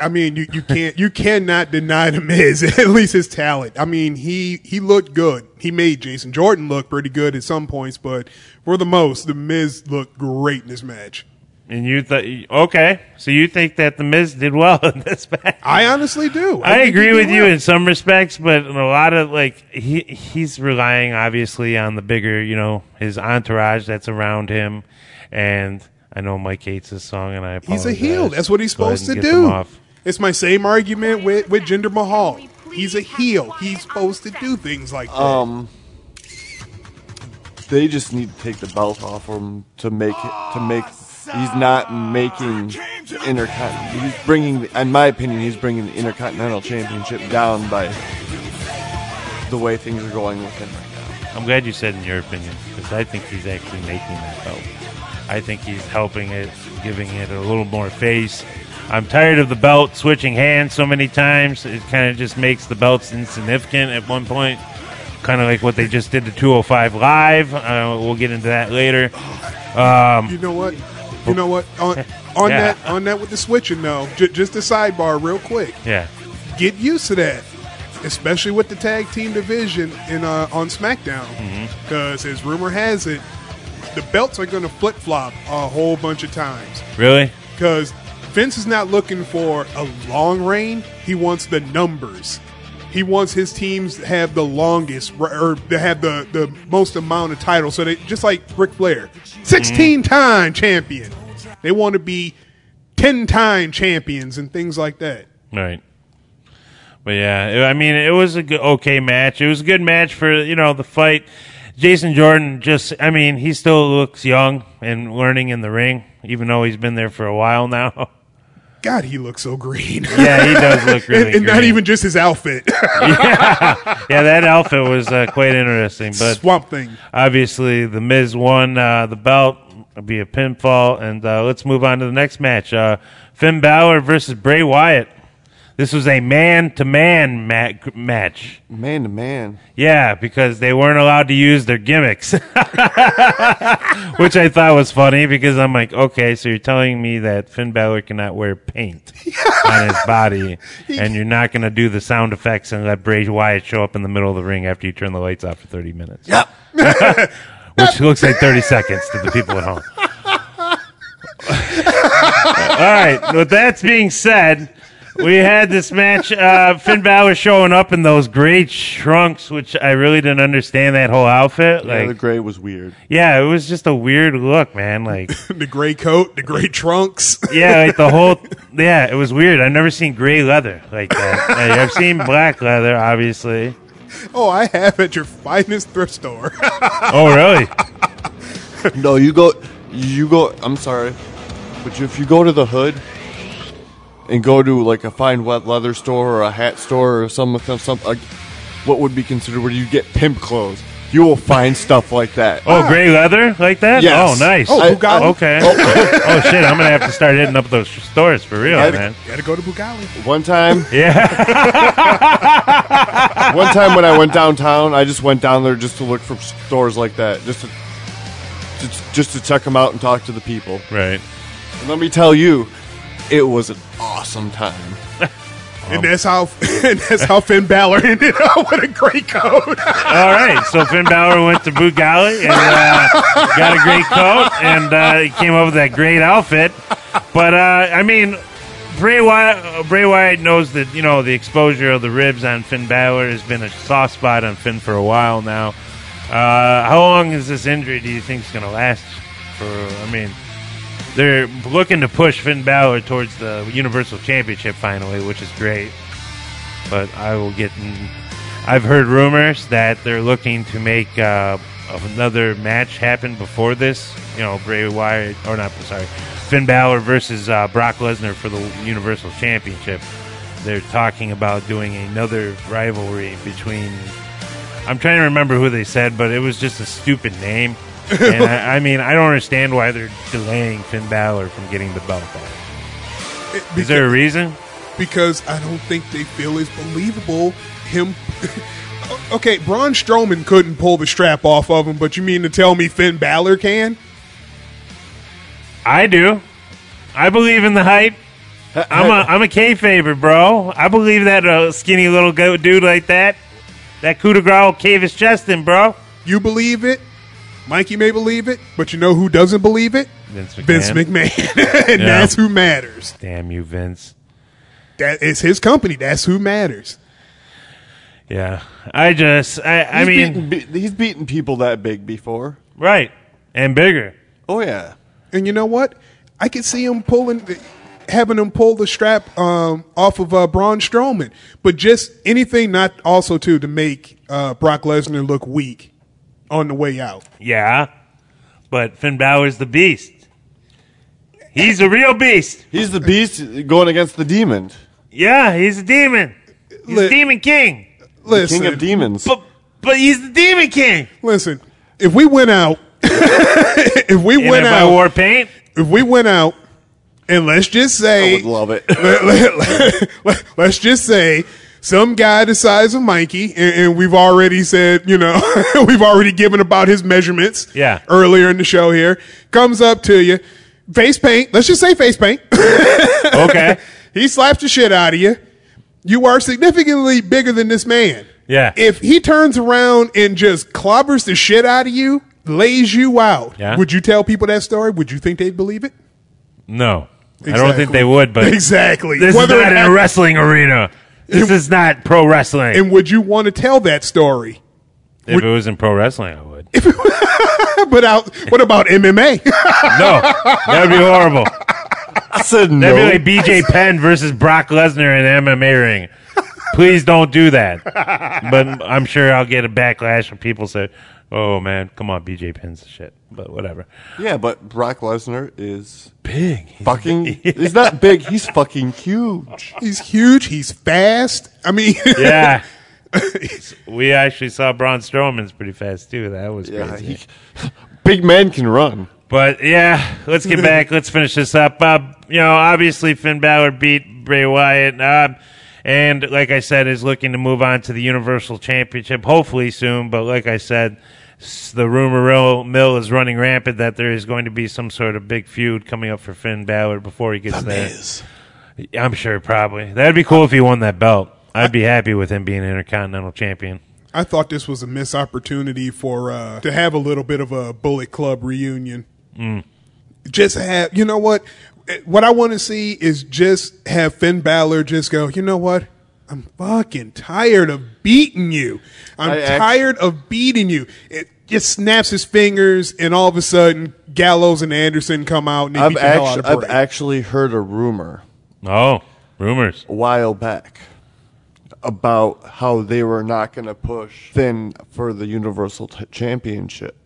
C: I mean, you, you can't you cannot deny the Miz at least his talent. I mean, he he looked good. He made Jason Jordan look pretty good at some points, but for the most, the Miz looked great in this match.
B: And you thought, okay, so you think that the Miz did well in this match?
C: I honestly do.
B: I,
C: think he
B: agree
C: did
B: with you
C: well.
B: in some respects, but in a lot of like he he's relying obviously on the bigger, you know, his entourage that's around him. And I know Mike hates this song, and I apologize.
C: He's a heel. That's what he's
B: Oh, Go ahead
C: supposed to
B: and get them
C: do.
B: off.
C: It's my same argument with with Jinder Mahal. He's a heel. He's supposed to do things like that.
B: Oh,
D: Um, they just need to take the belt off him to make it to make. He's not making intercontinental. He's bringing, in my opinion, he's bringing the intercontinental championship down by the way things are going with him right now.
B: I'm glad you said in your opinion because I think he's actually making that belt. I think he's helping it, giving it a little more face. I'm tired of the belt switching hands so many times. It kind of just makes the belts insignificant at one point. Kind of like what they oh just did to 205 Live. Uh, we'll get into that later.
C: you know what? You know what? On, on
B: Yeah.
C: that, on that with the switching though, j- just a sidebar, real quick.
B: Yeah.
C: Get used to that, especially with the tag team division in uh, on SmackDown, because as rumor has it, the belts are going to flip flop a whole bunch of times.
B: Really?
C: Because Vince is not looking for a long reign. He wants the numbers. He wants his teams to have the longest or to have the, the most amount of titles. So they just like Ric Flair,
B: Mm-hmm.
C: sixteen time champion. They want to be ten time champions and things like that.
B: Right. But yeah, I mean, it was a good, okay match. It was a good match for you know the fight. Jason Jordan just, I mean, he still looks young and learning in the ring, even though he's been there for a while now.
C: God, he looks so green.
B: yeah, he does look really.
C: and, and not
B: green.
C: even just his outfit.
B: Yeah, that outfit was uh, quite interesting. But
C: Swamp Thing.
B: obviously, the Miz won uh, the belt via pinfall, and uh, let's move on to the next match: uh, Finn Balor versus Bray Wyatt. This was a man-to-man ma- match.
D: Man to man.
B: Yeah, because they weren't allowed to use their gimmicks, which I thought was funny because I'm like, okay, so you're telling me that Finn Balor cannot wear paint on his body, and you're not going to do the sound effects and let Bray Wyatt show up in the middle of the ring after you turn the lights off for 30 minutes. Yep. which looks like 30 seconds to the people at home. All right. With that being said, we had this match. Uh, Finn Balor showing up in those great trunks, which I really didn't understand that whole outfit.
D: Yeah, the
B: Like,
D: gray was weird.
B: yeah, it was just a weird look, man. Like,
C: the gray coat, the gray trunks.
B: yeah, like the whole. Yeah, it was weird. I've never seen gray leather like that. Like, I've seen black leather, obviously.
C: oh, I have at your finest thrift store.
B: Oh, really?
D: No, you go, you go. I'm sorry, but if you go to the hood and go to like a fine wet leather store or a hat store or some some like what would be considered where you get pimp clothes, you will find stuff like that.
B: Oh, gray leather like that?
D: Yes.
B: Oh, nice.
C: Oh, who got it?
B: okay. oh shit, I'm gonna have to start hitting up those stores for real,
D: Yeah.
B: man.
C: Got to go to Bugali.
D: One time,
B: Yeah.
D: one time when I went downtown, I just went down there just to look for stores like that, just to just, just to check them out and talk to the people.
B: right.
D: And let me tell you, it was an awesome time.
C: and that's how and that's how Finn Balor ended up with a great coat.
B: All right, so Finn Balor went to Boot Galley and uh, got a great coat and uh, he came up with that great outfit. But uh, I mean, Bray Wyatt, Bray Wyatt knows that you know the exposure of the ribs on Finn Balor has been a soft spot on Finn for a while now. Uh, how long is this injury? Do you think is going to last? For I mean, they're looking to push Finn Balor towards the Universal Championship finally, which is great. But I will get. In, I've heard rumors that they're looking to make uh, another match happen before this. You know, Bray Wyatt or not? Sorry, Finn Balor versus uh, Brock Lesnar for the Universal Championship. They're talking about doing another rivalry between. I'm trying to remember who they said, but it was just a stupid name. and I, I mean, I don't understand why they're delaying Finn Balor from getting the belt back. Is there a reason?
C: because I don't think they feel it's believable him. okay, Braun Strowman couldn't pull the strap off of him, but you mean to tell me Finn Balor can?
B: I do. I believe in the hype. I'm a I'm a kayfaber, bro. I believe that a skinny little goat dude like that, that coup de grace will cave his chest in, bro.
C: You believe it? Mikey may believe it, but you know who doesn't believe it?
B: Vince McMahon.
C: Vince McMahon, and
B: Yeah.
C: that's who matters.
B: Damn you, Vince.
C: That is his company. That's who matters.
B: Yeah, I just I I
D: He's
B: mean
D: beaten, be- he's beaten people that big before.
B: right and bigger.
D: Oh yeah.
C: And you know what? I could see him pulling, the, having him pull the strap um, off of uh, Braun Strowman, but just anything not also too to make uh, Brock Lesnar look weak on the way out.
B: Yeah, but Finn Balor's the beast. He's a real beast.
D: He's the beast going against the demon,
B: Yeah, he's a demon. He's
C: Li-
B: a demon king.
C: Listen,
D: king of demons.
B: But but he's the demon king.
C: listen. If we went out, if we
B: And
C: went
B: if
C: out,
B: I wore paint,
C: if we went out, and let's just
D: I
C: say,
D: would love it.
C: let, us just say some guy the size of Mikey, and, and we've already said, you know, we've already given about his measurements
B: Yeah.
C: earlier in the show here, comes up to you, face paint. Let's just say face paint.
B: Okay.
C: he slaps the shit out of you. You are significantly bigger than this man.
B: Yeah.
C: If he turns around and just clobbers the shit out of you, lays you out,
B: Yeah.
C: would you tell people that story? Would you think they'd believe it?
B: no. I don't think
C: Exactly.
B: they would, but
C: Exactly.
B: This
C: Whether
B: is not
C: it
B: in a
C: hap-
B: wrestling arena. This is not pro wrestling.
C: And would you want to tell that story?
B: if it was in pro wrestling, I would.
C: but out, what about
B: no,
C: MMA?
B: that would be horrible.
D: I said
B: That'd
D: no.
B: be like BJ Penn versus Brock Lesnar in an MMA ring. Please don't do that. But I'm sure I'll get a backlash when people say, "Oh man, come on, BJ Penn's the shit." But whatever.
D: yeah, but Brock Lesnar is big. Fucking, he's not big. He's fucking huge.
C: he's huge. He's fast. I mean,
B: Yeah. we actually saw Braun Strowman's pretty fast too. That was
D: Yeah,
B: crazy.
D: he, big man can run.
B: But yeah, let's get back. let's finish this up. Uh, you know, obviously Finn Balor beat Bray Wyatt, uh, and like I said, is looking to move on to the Universal Championship hopefully soon. But like I said, s- the rumor mill- mill is running rampant that there is going to be some sort of big feud coming up for Finn Balor before he gets there. I'm sure, probably that'd be cool if he won that belt. I'd be happy with him being Intercontinental Champion.
C: I thought this was a missed opportunity for uh, to have a little bit of a Bullet Club reunion.
D: Mm.
C: Just have, you know what? Eh, What I want to see is just have Finn Balor just go. You know what? I'm fucking tired of beating you. I'm
D: I act-
C: tired of beating you. It just snaps his fingers, and all of a sudden, Gallows and Anderson come out and they
D: I've,
C: beat the hell out
D: actu-
C: of
D: I've
C: Bray.
D: actually heard a rumor
B: Oh, rumors.
D: a while back about how they were not going to push Finn for the Universal t- Championship.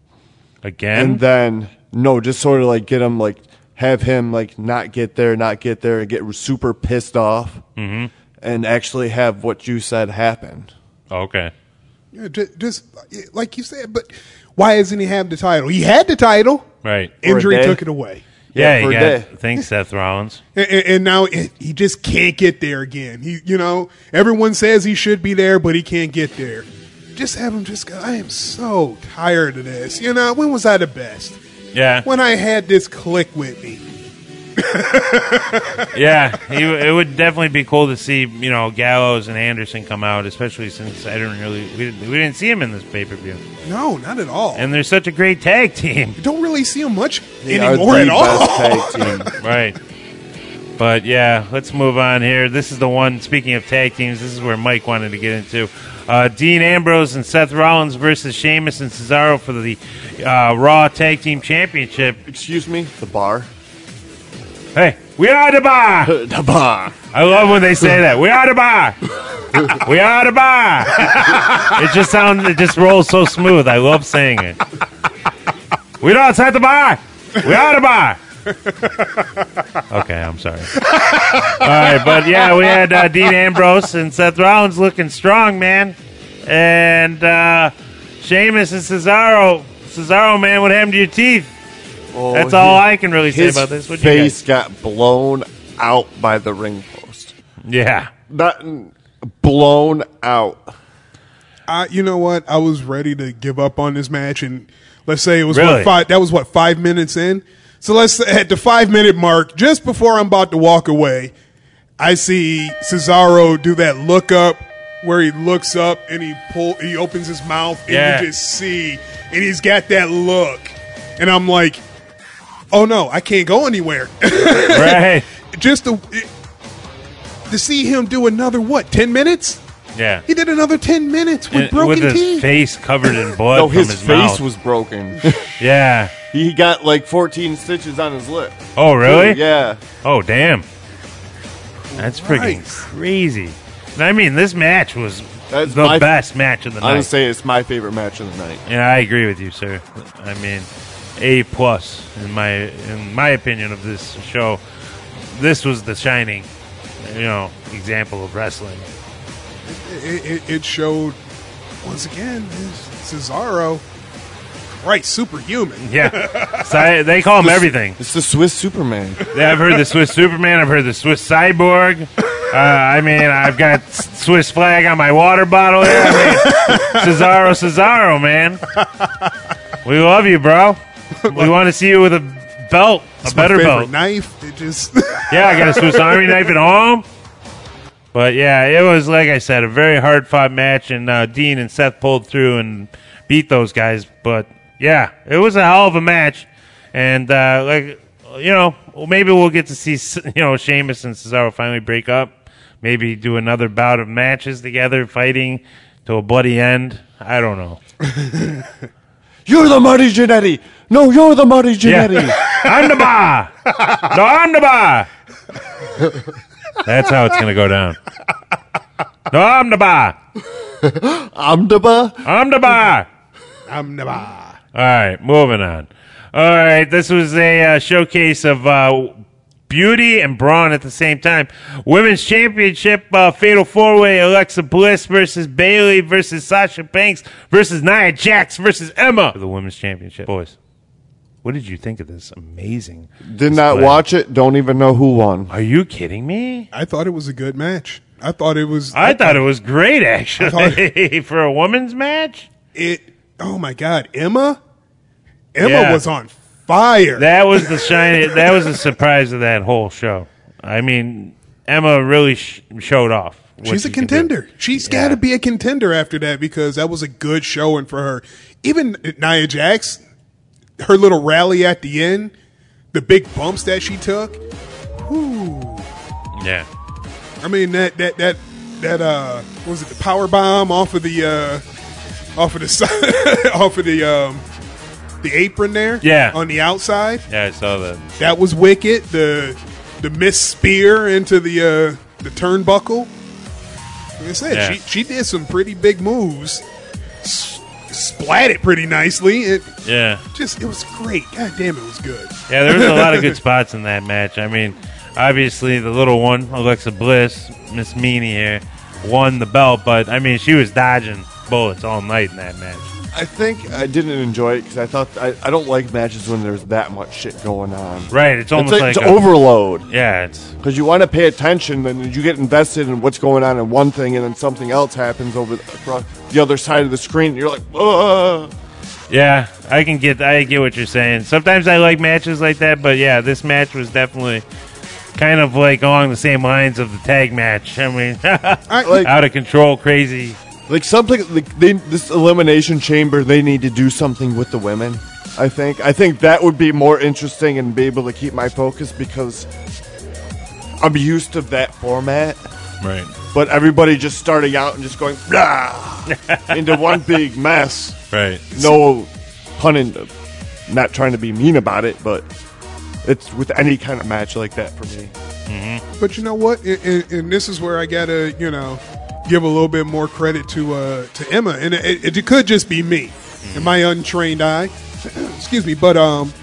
B: Again?
D: and then no, just sort of like get him like have him like not get there, not get there, and get super pissed off, mm-hmm. and actually have what you said happen.
B: okay.
C: Yeah, ju- just eh, like you said, but why doesn't he have the title? He had the title.
B: Right.
D: a
C: Injury
D: day.
C: took it away.
B: Yeah,
D: Yeah,
B: you
D: per
B: got,
D: day.
B: thanks, Seth Rollins.
C: And, and- and now it, he just can't get there again. He, you know, everyone says he should be there, but he can't get there. Just have him just go. I am so tired of this. You know, when was I the best?
B: Yeah,
C: When I had this click with me.
B: yeah. He, it would definitely be cool to see you know Gallows and Anderson come out, especially since I didn't really we didn't, we didn't see him in this pay per view,
C: No, not at all.
B: and they're such a great tag team,
C: You don't really see him much
D: They are
C: anymore
D: the
C: at all.
D: best tag team.
B: right? But yeah, let's move on here. This is the one. Speaking of tag teams, this is where Mike wanted to get into uh, Dean Ambrose and Seth Rollins versus Sheamus and Cesaro for the uh, Raw Tag Team Championship.
D: Excuse me, the bar,
B: Hey, we are the bar.
D: the bar.
B: I love when they say that. We are the bar. We are the bar. it just sounds. It just rolls so smooth. I love saying it. We're outside the bar. We are the bar. Okay, I'm sorry. All right, but yeah, we had uh, Dean Ambrose and Seth Rollins looking strong, man, and uh, Sheamus and Cesaro. Cesaro, man, what happened to your teeth?
D: Oh,
B: That's all
D: his-
B: I can really say
D: his
B: about this. What you
D: face
B: guys?
D: got blown out by the ring post.
B: Yeah.
D: Not blown out.
C: I, you know what? I was ready to give up on this match, and let's say it was
B: Really?
C: what five. That was what five minutes in. So let's say at the five minute mark, just before I'm about to walk away, I see Cesaro do that look up where he looks up and he pull he opens his mouth and
B: Yeah.
C: you just see and he's got that look, and I'm like, oh no, I can't go anywhere.
B: Right.
C: just to to see him do another what ten minutes.
B: Yeah.
C: He did another ten minutes with
B: And
C: broken
B: with his
C: teeth.
B: face covered in blood
D: No,
B: from his,
D: his, face
B: mouth.
D: was broken.
B: yeah.
D: he got like 14 stitches on his lip.
B: Oh, really?
D: Yeah.
B: Oh, damn. That's freaking
C: Christ.
B: crazy. And I mean, this match was
D: That's
B: the
D: my-
B: best match of the
D: I would
B: night.
D: say it's my favorite match of the night.
B: And I agree with you, sir. I mean, a plus in my in my opinion of this show. This was the shining, you know, example of wrestling.
C: it, it, it showed once again this Cesaro, right, superhuman.
B: Yeah, so I- they call him everything.
D: It's the Swiss Superman.
B: Yeah, I've heard the Swiss Superman. I've heard the Swiss Cyborg. Uh, I mean, I've got S- Swiss flag on my water bottle. Here. I mean, Cesaro, Cesaro, man. We love you, bro. We want to see you with a belt,
C: It's
B: a
C: my
B: better
C: favorite
B: belt.
C: Knife. It just.
B: Yeah, I got a Swiss Army knife at home. But yeah, it was like I said, a very hard fought match, and uh, Dean and Seth pulled through and beat those guys. But yeah, it was a hell of a match, and uh, like you know, maybe we'll get to see S- you know Sheamus and Cesaro finally break up. Maybe do another bout of matches together, fighting to a bloody end. I don't know.
D: You're the Marty Jannetty. No, you're the Marty Jannetty.
B: I'm the bar. No, I'm the bar. That's how it's gonna go down. No, I'm the bar.
D: I'm the ba.
B: I'm the bar.
C: I'm never.
B: All right, moving on. All right, this was a uh, showcase of uh, beauty and brawn at the same time. Women's Championship uh, Fatal Four Way: Alexa Bliss versus Bailey versus Sasha Banks versus Nia Jax versus Emma. For the Women's Championship, boys. What did you think of this amazing?
D: Did not
B: display?
D: watch it. Don't even know who won.
B: Are you kidding me?
C: I thought it was a good match. I thought it was.
B: I thought it was great, actually,
C: thought-
B: for a women's match.
C: it. Oh my God, Emma. Emma
B: Yeah.
C: was on fire.
B: That was the shiny. that was the surprise of that whole show. I mean, Emma really sh- showed off. what
C: She's a
B: she can do.
C: contender. She's got to be a contender after that because that was a good showing for her. Even Nia Jax, her little rally at the end, the big bumps that she took.
B: Yeah,
C: I mean that that that that uh what was it the power bomb off of the uh off of the side off of the um the apron there
B: Yeah.
C: on the outside
B: yeah, I saw that.
C: that was wicked the the miss spear into the uh the turnbuckle like I said
B: Yeah.
C: she she did some pretty big moves S- splat it pretty nicely it
B: Yeah,
C: just it was great god damn it was good
B: yeah, there was a lot of good spots in that match. I mean, obviously the little one, Alexa Bliss, Miss Meanie here, won the belt, but I mean she was dodging bullets all night in that match.
D: I think I didn't enjoy it because I thought I, I don't like matches when there's that much shit going on.
B: Right, it's almost
D: it's,
B: like
D: like, it's
B: a-
D: overload.
B: Yeah, it's
D: because you want to pay attention then you get invested in what's going on in one thing and then something else happens over the, across the other side of the screen and you're like Ugh.
B: Yeah, I can get I get what you're saying. Sometimes I like matches like that, but yeah, this match was definitely kind of like along the same lines of the tag match. I mean,
C: I,
D: Like-
B: out of control, crazy.
D: like something like they, this elimination chamber they need to do something with the women i think i think that would be more interesting and be able to keep my focus because i'm used to that format
B: Right.
D: but everybody just starting out and just going "Blah," into one big mess
B: Right.
D: no pun in uh, not trying to be mean about it but it's with any kind of match like that for me
C: But you know what? And, and, and this is where I gotta, you know, give a little bit more credit to uh, to Emma. And it, it, it could just be me and my untrained eye. Excuse me, but um,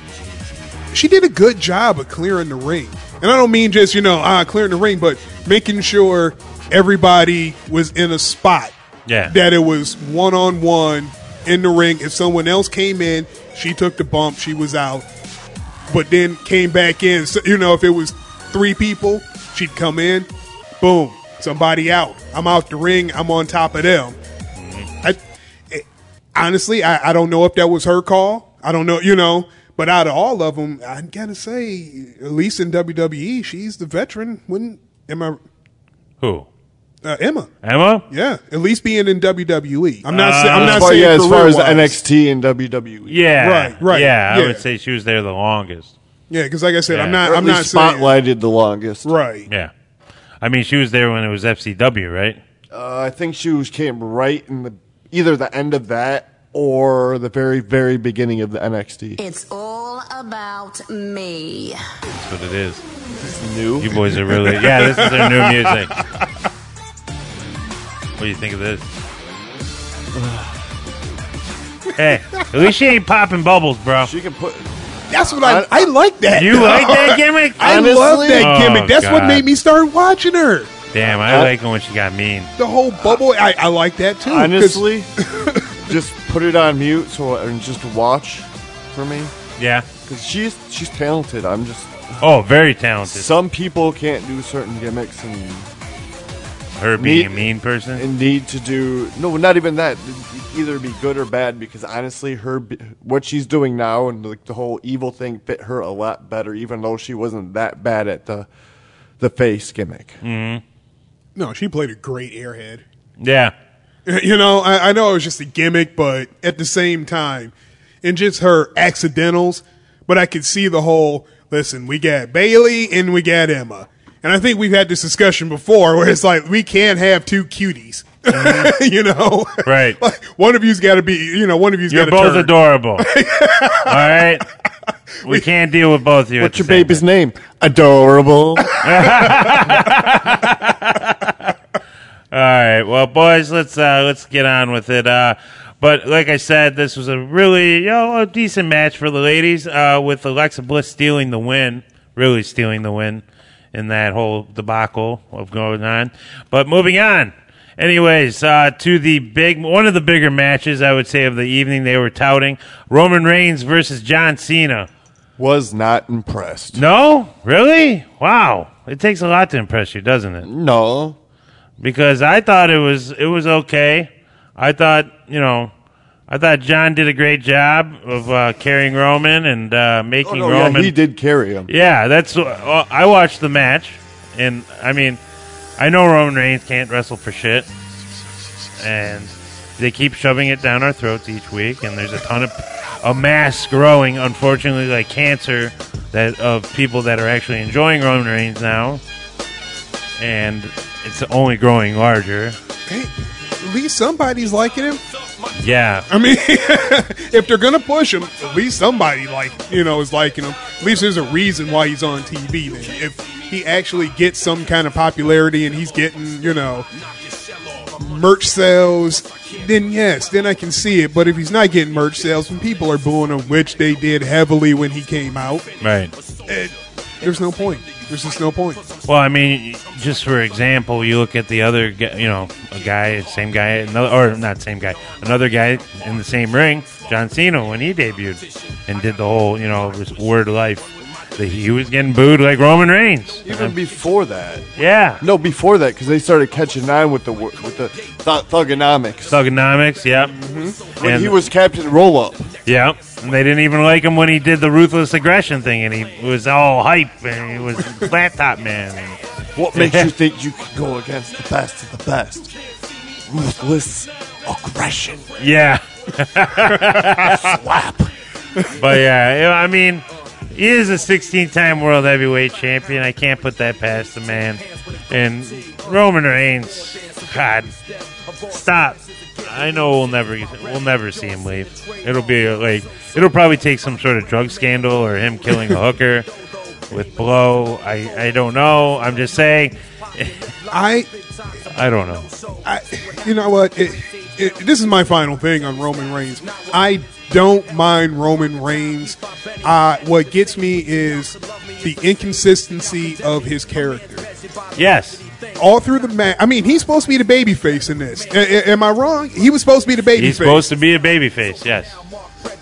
C: she did a good job of clearing the ring. And I don't mean just you know uh, clearing the ring, but making sure everybody was in a spot
B: Yeah.
C: that it was one on one in the ring. If someone else came in, she took the bump. She was out but then came back in. So, you know, if it was three people, she'd come in, boom, somebody out. I'm out the ring. I'm on top of them. I, it, honestly, I, I don't know if that was her call. I don't know, you know. But out of all of them, I gotta say, at least in WWE, she's the veteran. Wouldn't Emma?
B: Who?
C: Uh, Emma,
B: Emma?
C: yeah, at least being in WWE. I'm not. sa- I'm not
D: Uh, but
C: saying
D: yeah as far as
C: career-wise.
D: nxt and E. wwe
B: Yeah.
C: Right, right,
B: Yeah, I
C: yeah.
B: would say she was there the longest.
C: Yeah, because like I said,
B: Yeah.
C: I'm
D: Or
C: not.
D: at
C: I'm not
D: least
C: saying
D: spotlighted the longest
C: right.
B: Yeah. I mean, she was there when it was FCW, right?
D: uh, i think she was came right in the either the end of that or the very very beginning of the nxt
E: It's all about me.
B: That's what it is.
D: new
B: You boys are really. Yeah, this is their new music. What do you think of this? hey, at least she ain't popping bubbles, bro.
D: she can put
C: That's what I. I like that.
B: You like that gimmick?
C: I love
D: Honestly?
C: that
B: Oh,
C: gimmick. That's what
B: God.
C: made me start watching her.
B: Damn, I like it when she got mean.
C: The whole bubble. I, I like that too. 'cause-
D: honestly just put it on mute so and just watch for me
B: Yeah.
D: because she's she's talented i'm just
B: Oh, very talented.
D: some people can't do certain gimmicks and
B: her being a
D: Need-
B: mean person.
D: and need to do no, not even that. Either be good or bad because honestly, her b- what she's doing now and like the whole evil thing fit her a lot better, even though she wasn't that bad at the the face gimmick.
C: No, she played a great airhead.
B: yeah,
C: You know, I, I know it was just a gimmick, but at the same time, and just her accidentals, but I could see the whole listen, we got Bailey and we got Emma. And I think we've had this discussion before where it's like, we can't have two cuties. you know?
B: Mm-hmm. Right.
C: Like, one of you's got to be, you know, one of you's got
B: you're
C: to
B: both
C: turn.
B: adorable. All right, we can't deal with both of you.
D: What's your baby's name? Adorable.
B: All right, well, boys, let's uh, let's get on with it. Uh, but like I said, this was a really you know, a decent match for the ladies uh, with Alexa Bliss stealing the win, really stealing the win in that whole debacle of going on. But moving on. Anyways, uh, to the big one of the bigger matches I would say of the evening they were touting Roman Reigns versus John Cena.
D: Was not impressed.
B: No, really? Wow, it takes a lot to impress you, doesn't it?
D: No.
B: because I thought it was it was okay. I thought you know, I thought John did a great job of uh, carrying Roman and uh,
D: Oh,
B: making
D: no, yeah,
B: Roman.
D: he did carry him.
B: Yeah, that's. Uh, I watched the match, and I mean, I know Roman Reigns can't wrestle for shit, and they keep shoving it down our throats each week, and there's a ton of a mass growing, unfortunately, like cancer that of people that are actually enjoying Roman Reigns now, and it's only growing larger.
C: Hey, at least somebody's liking him.
B: Yeah,
C: I mean, if they're gonna push him, at least somebody like you know is liking him. At least there's a reason why he's on TV. Then, if he actually gets some kind of popularity and he's getting you know merch sales, then yes, then I can see it. But if he's not getting merch sales and people are booing him, which they did heavily when he came out,
B: right.
C: eh, there's no point. There's just no point.
B: Well, I mean, just for example, you look at the other, gu- you know, a guy, same guy, another, or not same guy, another guy in the same ring, John Cena, when he debuted and did the whole, you know, his word life, that he was getting booed like Roman Reigns.
D: Even before that.
B: Yeah.
D: No, before that, because they started catching on with the wor- with the th- thugonomics.
B: Thugonomics, yep.
D: when
B: And-
D: he was Captain Roll Up.
B: Yep. And they didn't even like him when he did the ruthless aggression thing and he was all hype and he was laptop man.
D: What makes you think you can go against the best of the best? Ruthless aggression.
B: Yeah.
D: Slap.
B: But yeah, you know, I mean, he is a 16-time world heavyweight champion. I can't put that past the man. And Roman Reigns, God, stop! I know we'll never we'll never see him leave. It'll be like it'll probably take some sort of drug scandal or him killing a hooker with blow. I I don't know. I'm just saying.
C: I
B: I don't know.
C: I, you know what? It, it, this is my final thing on Roman Reigns. I don't mind Roman Reigns. Uh, what gets me is the inconsistency of his character.
B: Yes,
C: All through the match, I mean, he's supposed to be the babyface in this. A- a- am I wrong? He was supposed to be the babyface.
B: he's supposed to be a babyface. Yes,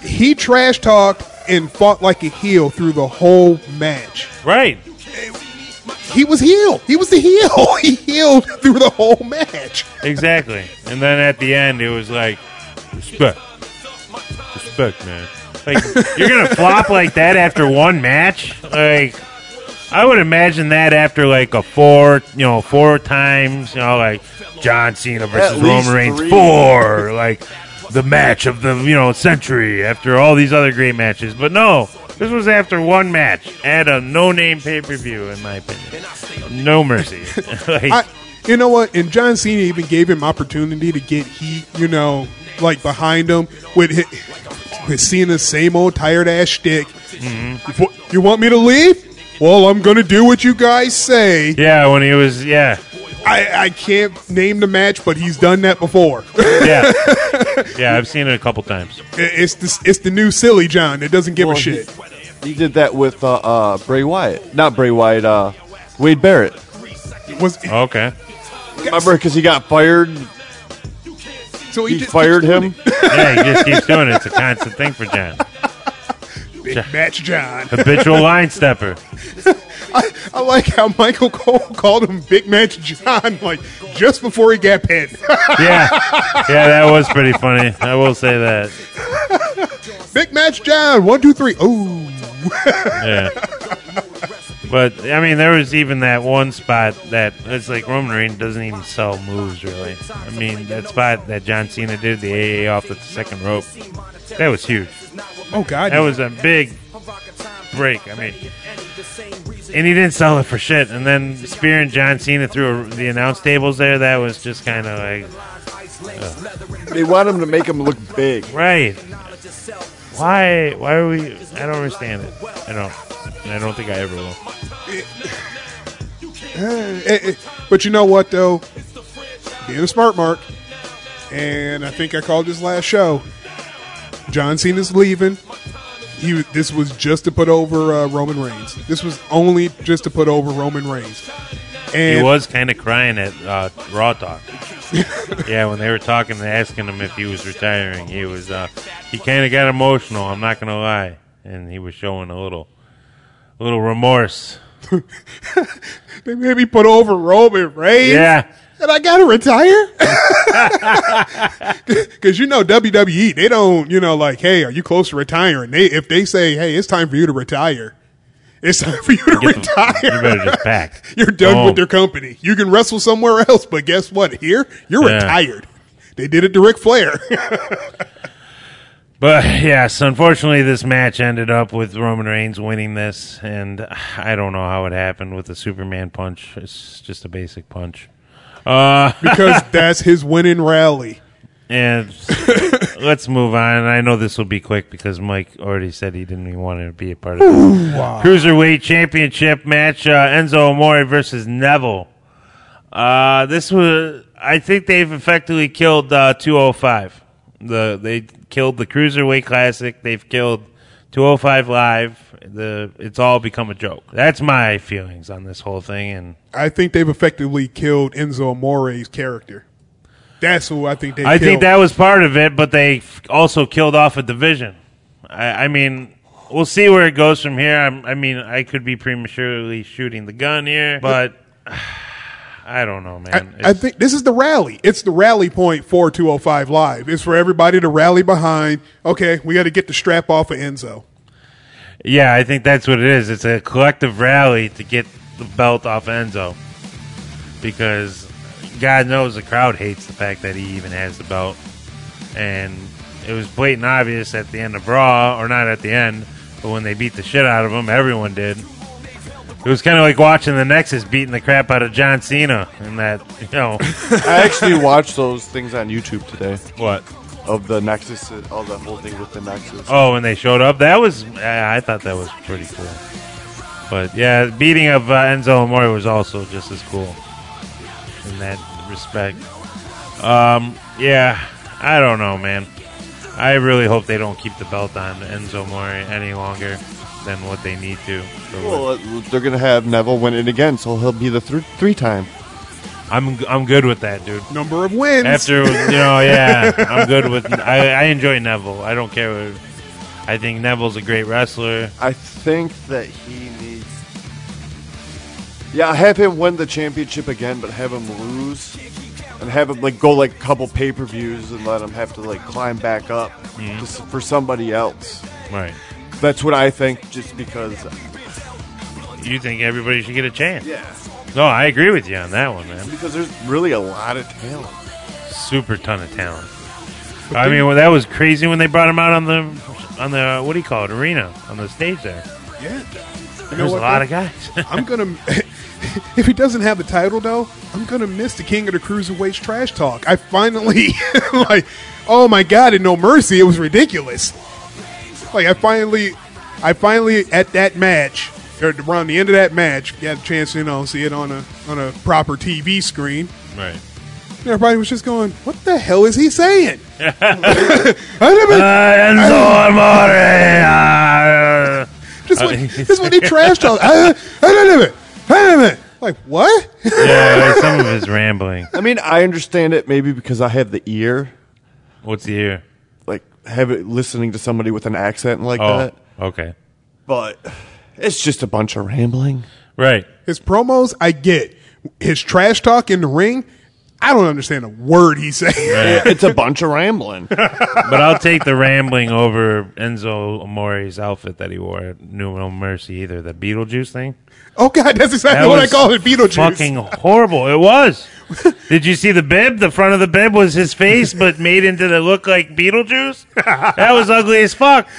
C: he trash talked and fought like a heel through the whole match.
B: right.
C: He was heel. He was the heel. he healed through the whole match.
B: Exactly. And then at the end, it was like, respect. Respect, man. Like, you're going to flop like that after one match? Like, I would imagine that after like a four, you know, four times, you know, like John Cena versus
D: At least
B: Roman Reigns,
D: three.
B: four, like the match of the, you know, century after all these other great matches. But no, this was after one match at a no name pay per view, in my opinion. No mercy. like,
C: I, you know what? And John Cena even gave him opportunity to get heat. You know, like behind him with his, with Cena's same old tired ass shtick. You wa- You want me to leave? Well, I'm gonna do what you guys say.
B: yeah, when he was, yeah.
C: I, I can't name the match, but he's done that before. It-
B: yeah, yeah, I've seen it a couple times.
C: it's the it's the new silly John that doesn't give
D: Well,
C: a
D: he-
C: shit.
D: He did that with uh, uh, Bray Wyatt. Not Bray Wyatt, uh, Wade Barrett.
C: Was
B: Okay,
D: Remember, because he got fired.
C: so he,
D: He
C: just
D: fired him.
B: yeah, he just keeps doing it. It's a constant thing for John.
C: Big match John.
B: Habitual line stepper.
C: I, I like how Michael Cole called him Big Match John, like just before he got pinned.
B: Yeah, yeah, that was pretty funny. I will say that.
C: Big Match John, one, two, three. Oh,
B: Yeah. But I mean, there was even that one spot that it's like Roman Reigns doesn't even sell moves really. I mean, that spot that John Cena did the AA off the second rope, that was huge.
C: oh God,
B: That was a big break. I mean, and he didn't sell it for shit. And then Spear and John Cena through the announce tables there, that was just kind of like,
D: They want him to make him look big.
B: right? Why? Why are we? I don't understand it. I don't. And I don't think I ever will.
C: Eh, eh, but you know what though, being a smart mark, and I think I called this last show. John Cena's leaving. He was- this was just to put over uh, Roman Reigns. This was only just to put over Roman Reigns. And
B: He was kind of crying at uh, Raw Talk. yeah, when they were talking and asking him if he was retiring, he was uh, he kind of got emotional. I'm not gonna lie, and he was showing a little a little remorse.
C: they made me put over Roman Reigns.
B: Yeah,
C: And I gotta retire? Because you know WWE, they don't, you know, like, hey, are you close to retiring? They if they say, hey, it's time for you to retire, it's time for you to
B: Get the-
C: retire.
B: you better just pack. Oh,
C: You're
B: Go
C: done
B: home.
C: with their company. You can wrestle somewhere else, but guess what? Here, you're
B: Yeah.
C: retired. They did it to Ric Flair.
B: But yes, unfortunately, this match ended up with Roman Reigns winning this, and I don't know how it happened with the Superman punch. It's just a basic punch. Uh,
C: because that's his winning rally.
B: And let's move on. I know this will be quick because Mike already said he didn't even want to be a part of it. Cruiserweight Championship match: uh, Enzo Amore versus Neville. Uh, this was, I think, they've effectively killed uh, 205. The they killed the Cruiserweight Classic. They've killed 205 Live. The it's all become a joke. That's my feelings on this whole thing, and
C: I think they've effectively killed Enzo Amore's character. That's who I think they
B: I
C: killed.
B: think that was part of it, but they f- also killed off a division. I, I mean, we'll see where it goes from here. I'm, I mean, I could be prematurely shooting the gun here, but I don't know, man.
C: I
B: It's-
C: think this is the rally. It's the rally point for 205 Live. It's for everybody to rally behind. Okay, we got to get the strap off of Enzo.
B: yeah, I think that's what it is. It's a collective rally to get the belt off Enzo because God knows the crowd hates the fact that he even has the belt, and it was blatant obvious at the end of Raw, or not at the end, but when they beat the shit out of him, everyone did. It was kind of like watching the Nexus beating the crap out of John Cena, and that you know
D: I actually watched those things on YouTube today
B: what?
D: of the Nexus, all the whole thing with the Nexus.
B: Oh, when they showed up, that was I I thought that was pretty cool. But yeah, beating of uh, Enzo Amore was also just as cool in that respect. Um, yeah, I don't know, man. I really hope they don't keep the belt on Enzo Amore any longer than what they need to. for what-
D: Well, uh, they're gonna have Neville win it again, so he'll be the th- three time.
B: I'm I'm good with that, dude.
C: Number of wins.
B: After you know, yeah, I'm good with. I, I enjoy Neville. I don't care. What, I think Neville's a great wrestler.
D: I think that he needs. Yeah, have him win the championship again, but have him lose, and have him like go like a couple pay per views, and let him have to like climb back up to s for somebody else.
B: Right.
D: That's what I think, just because.
B: You think everybody should get a chance?
D: Yeah,
B: No, I agree with you on that one, man.
D: because there's really a lot of talent.
B: Super ton of talent. I mean, well, that was crazy when they brought him out on the on the uh, what do you call it arena on the stage there.
C: Yeah. You know
B: There's a
C: what,
B: lot
C: though?
B: of guys.
C: I'm gonna. if he doesn't have the title though, I'm gonna miss the King of the Cruiserweights trash talk. I finally like, oh my god, in No Mercy, it was ridiculous. Like I finally, I finally at that match or around the end of that match, got a chance to you know see it on a on a proper TV screen.
B: right.
C: And everybody was just going, "What the hell is he saying?" I never,
B: Enzo Amore. uh,
C: just what, this is what he trash talk. I, I don't know. I don't know. Like what?
B: yeah, some of his rambling.
D: I mean, I understand it maybe because I have the ear,
B: What's the year?
D: like have it listening
C: Uh,
D: to somebody with an accent like
B: Oh,
D: that.
B: okay.
D: But it's just a bunch of rambling.
B: Right.
C: His promos, I get. His trash talk in the ring, I don't understand a word he's saying.
D: it's a bunch of rambling.
B: But I'll take the rambling over Enzo Amore's outfit that he wore at New No Mercy either. The Beetlejuice thing.
C: Oh God, that's exactly
B: That
C: what I
B: was
C: call it. Beetlejuice.
B: Fucking horrible. It was. Did you see the bib? The front of the bib was his face, but made into the look like Beetlejuice. That was ugly as fuck.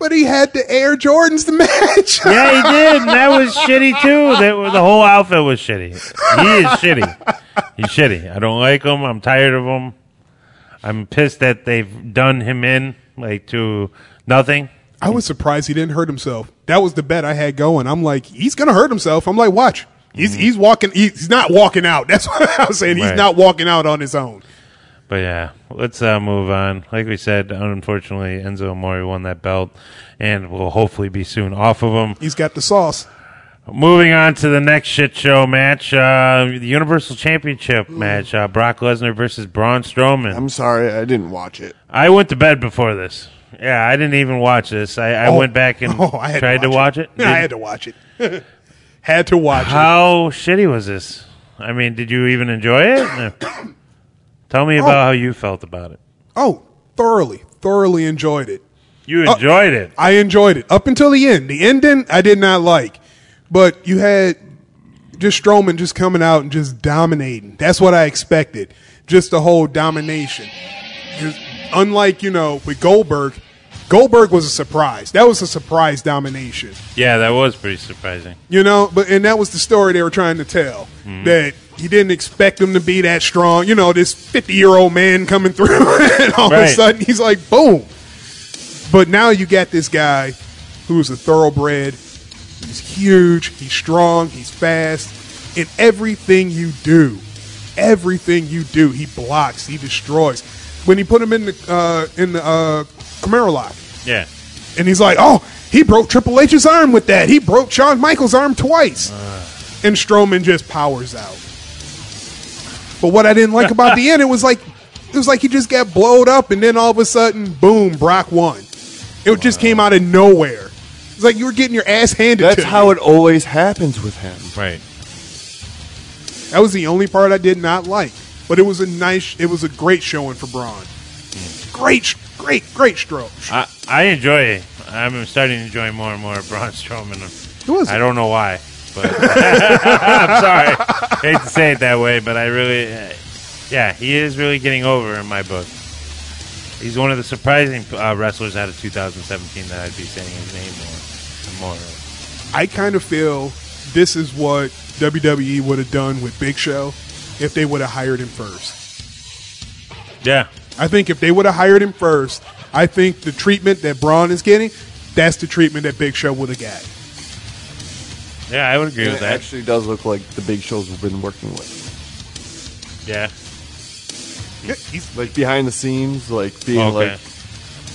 C: But he had the Air Jordans to match.
B: Yeah, he did. And that was shitty too. That was- the whole outfit was shitty. He is shitty. He's shitty. I don't like him. I'm tired of him. I'm pissed that they've done him in like to nothing.
C: I was surprised he didn't hurt himself. That was the bet I had going. I'm like, he's gonna hurt himself. I'm like, watch. He's he's walking. He's not walking out. That's what I was saying. He's
B: Mm-hmm. Right.
C: not walking out on his own.
B: But yeah, let's uh, move on. Like we said, unfortunately, Enzo Amore won that belt and will hopefully be soon off of him.
C: He's got the sauce.
B: Moving on to the next shit show match, uh, the Universal Championship match, uh, Brock Lesnar versus Braun Strowman.
D: I'm sorry, I didn't watch it.
B: I went to bed before this. Yeah, I didn't even watch this. I, I
C: Oh.
B: went back and
C: Oh, I had
B: tried to watch it.
C: I
B: Did-
C: had to watch it. had to watch it.
B: How shitty was this? I mean, did you even enjoy it? No. Tell me about how you felt about it.
C: Oh, thoroughly, thoroughly enjoyed it.
B: You
C: Oh.
B: enjoyed it.
C: I enjoyed it up until the end. The ending I did not like, but you had just Strowman just coming out and just dominating. That's what I expected. Just the whole domination. 'Cause Unlike you know with Goldberg, Goldberg was a surprise. That was a surprise domination.
B: Yeah, that was pretty surprising.
C: You know, but and that was the story they were trying to tell that he didn't expect him to be that strong. You know, this fifty-year-old man coming through, and all of
B: Right.
C: a sudden he's like, boom. But now you got this guy who's a thoroughbred. He's huge. He's strong. He's fast. In everything you do, everything you do, he blocks. He destroys. When he put him in the uh, in the uh, Camaro lock,
B: Yeah.
C: and he's like, oh, he broke Triple H's arm with that. He broke Shawn Michaels' arm twice.
D: Uh.
C: And Strowman just powers out. But what I didn't like about the end, it was like it was like he just got blowed up and then all of a sudden, boom, Brock won. It just came out of nowhere. It's like you were getting your ass handed
D: That's
C: to
D: how
C: you.
D: it always happens with him.
B: Right.
C: That was the only part I did not like. But it was a nice it was a great showing for Braun.
D: Hmm.
C: Great great great stroke.
B: I, I enjoy it. I'm starting to enjoy more and more Braun Strowman.
C: Who is
B: I
C: it?
B: don't know why, but I'm sorry. hate to say it that way, but I really, uh, yeah, he is really getting over in my book. He's one of the surprising uh, wrestlers out of 2017 that I'd be saying his name more and more.
C: I kind of feel this is what WWE would have done with Big Show if they would have hired him first.
B: Yeah,
C: I think if they would have hired him first, I think the treatment that Braun is getting, that's the treatment that Big Show would have got.
B: yeah, I would agree with
D: It
B: that.
D: actually does look like the big shows we've been working with.
B: Yeah,
C: Yeah, he's-
D: Like behind the scenes, like being
B: Okay.
D: like,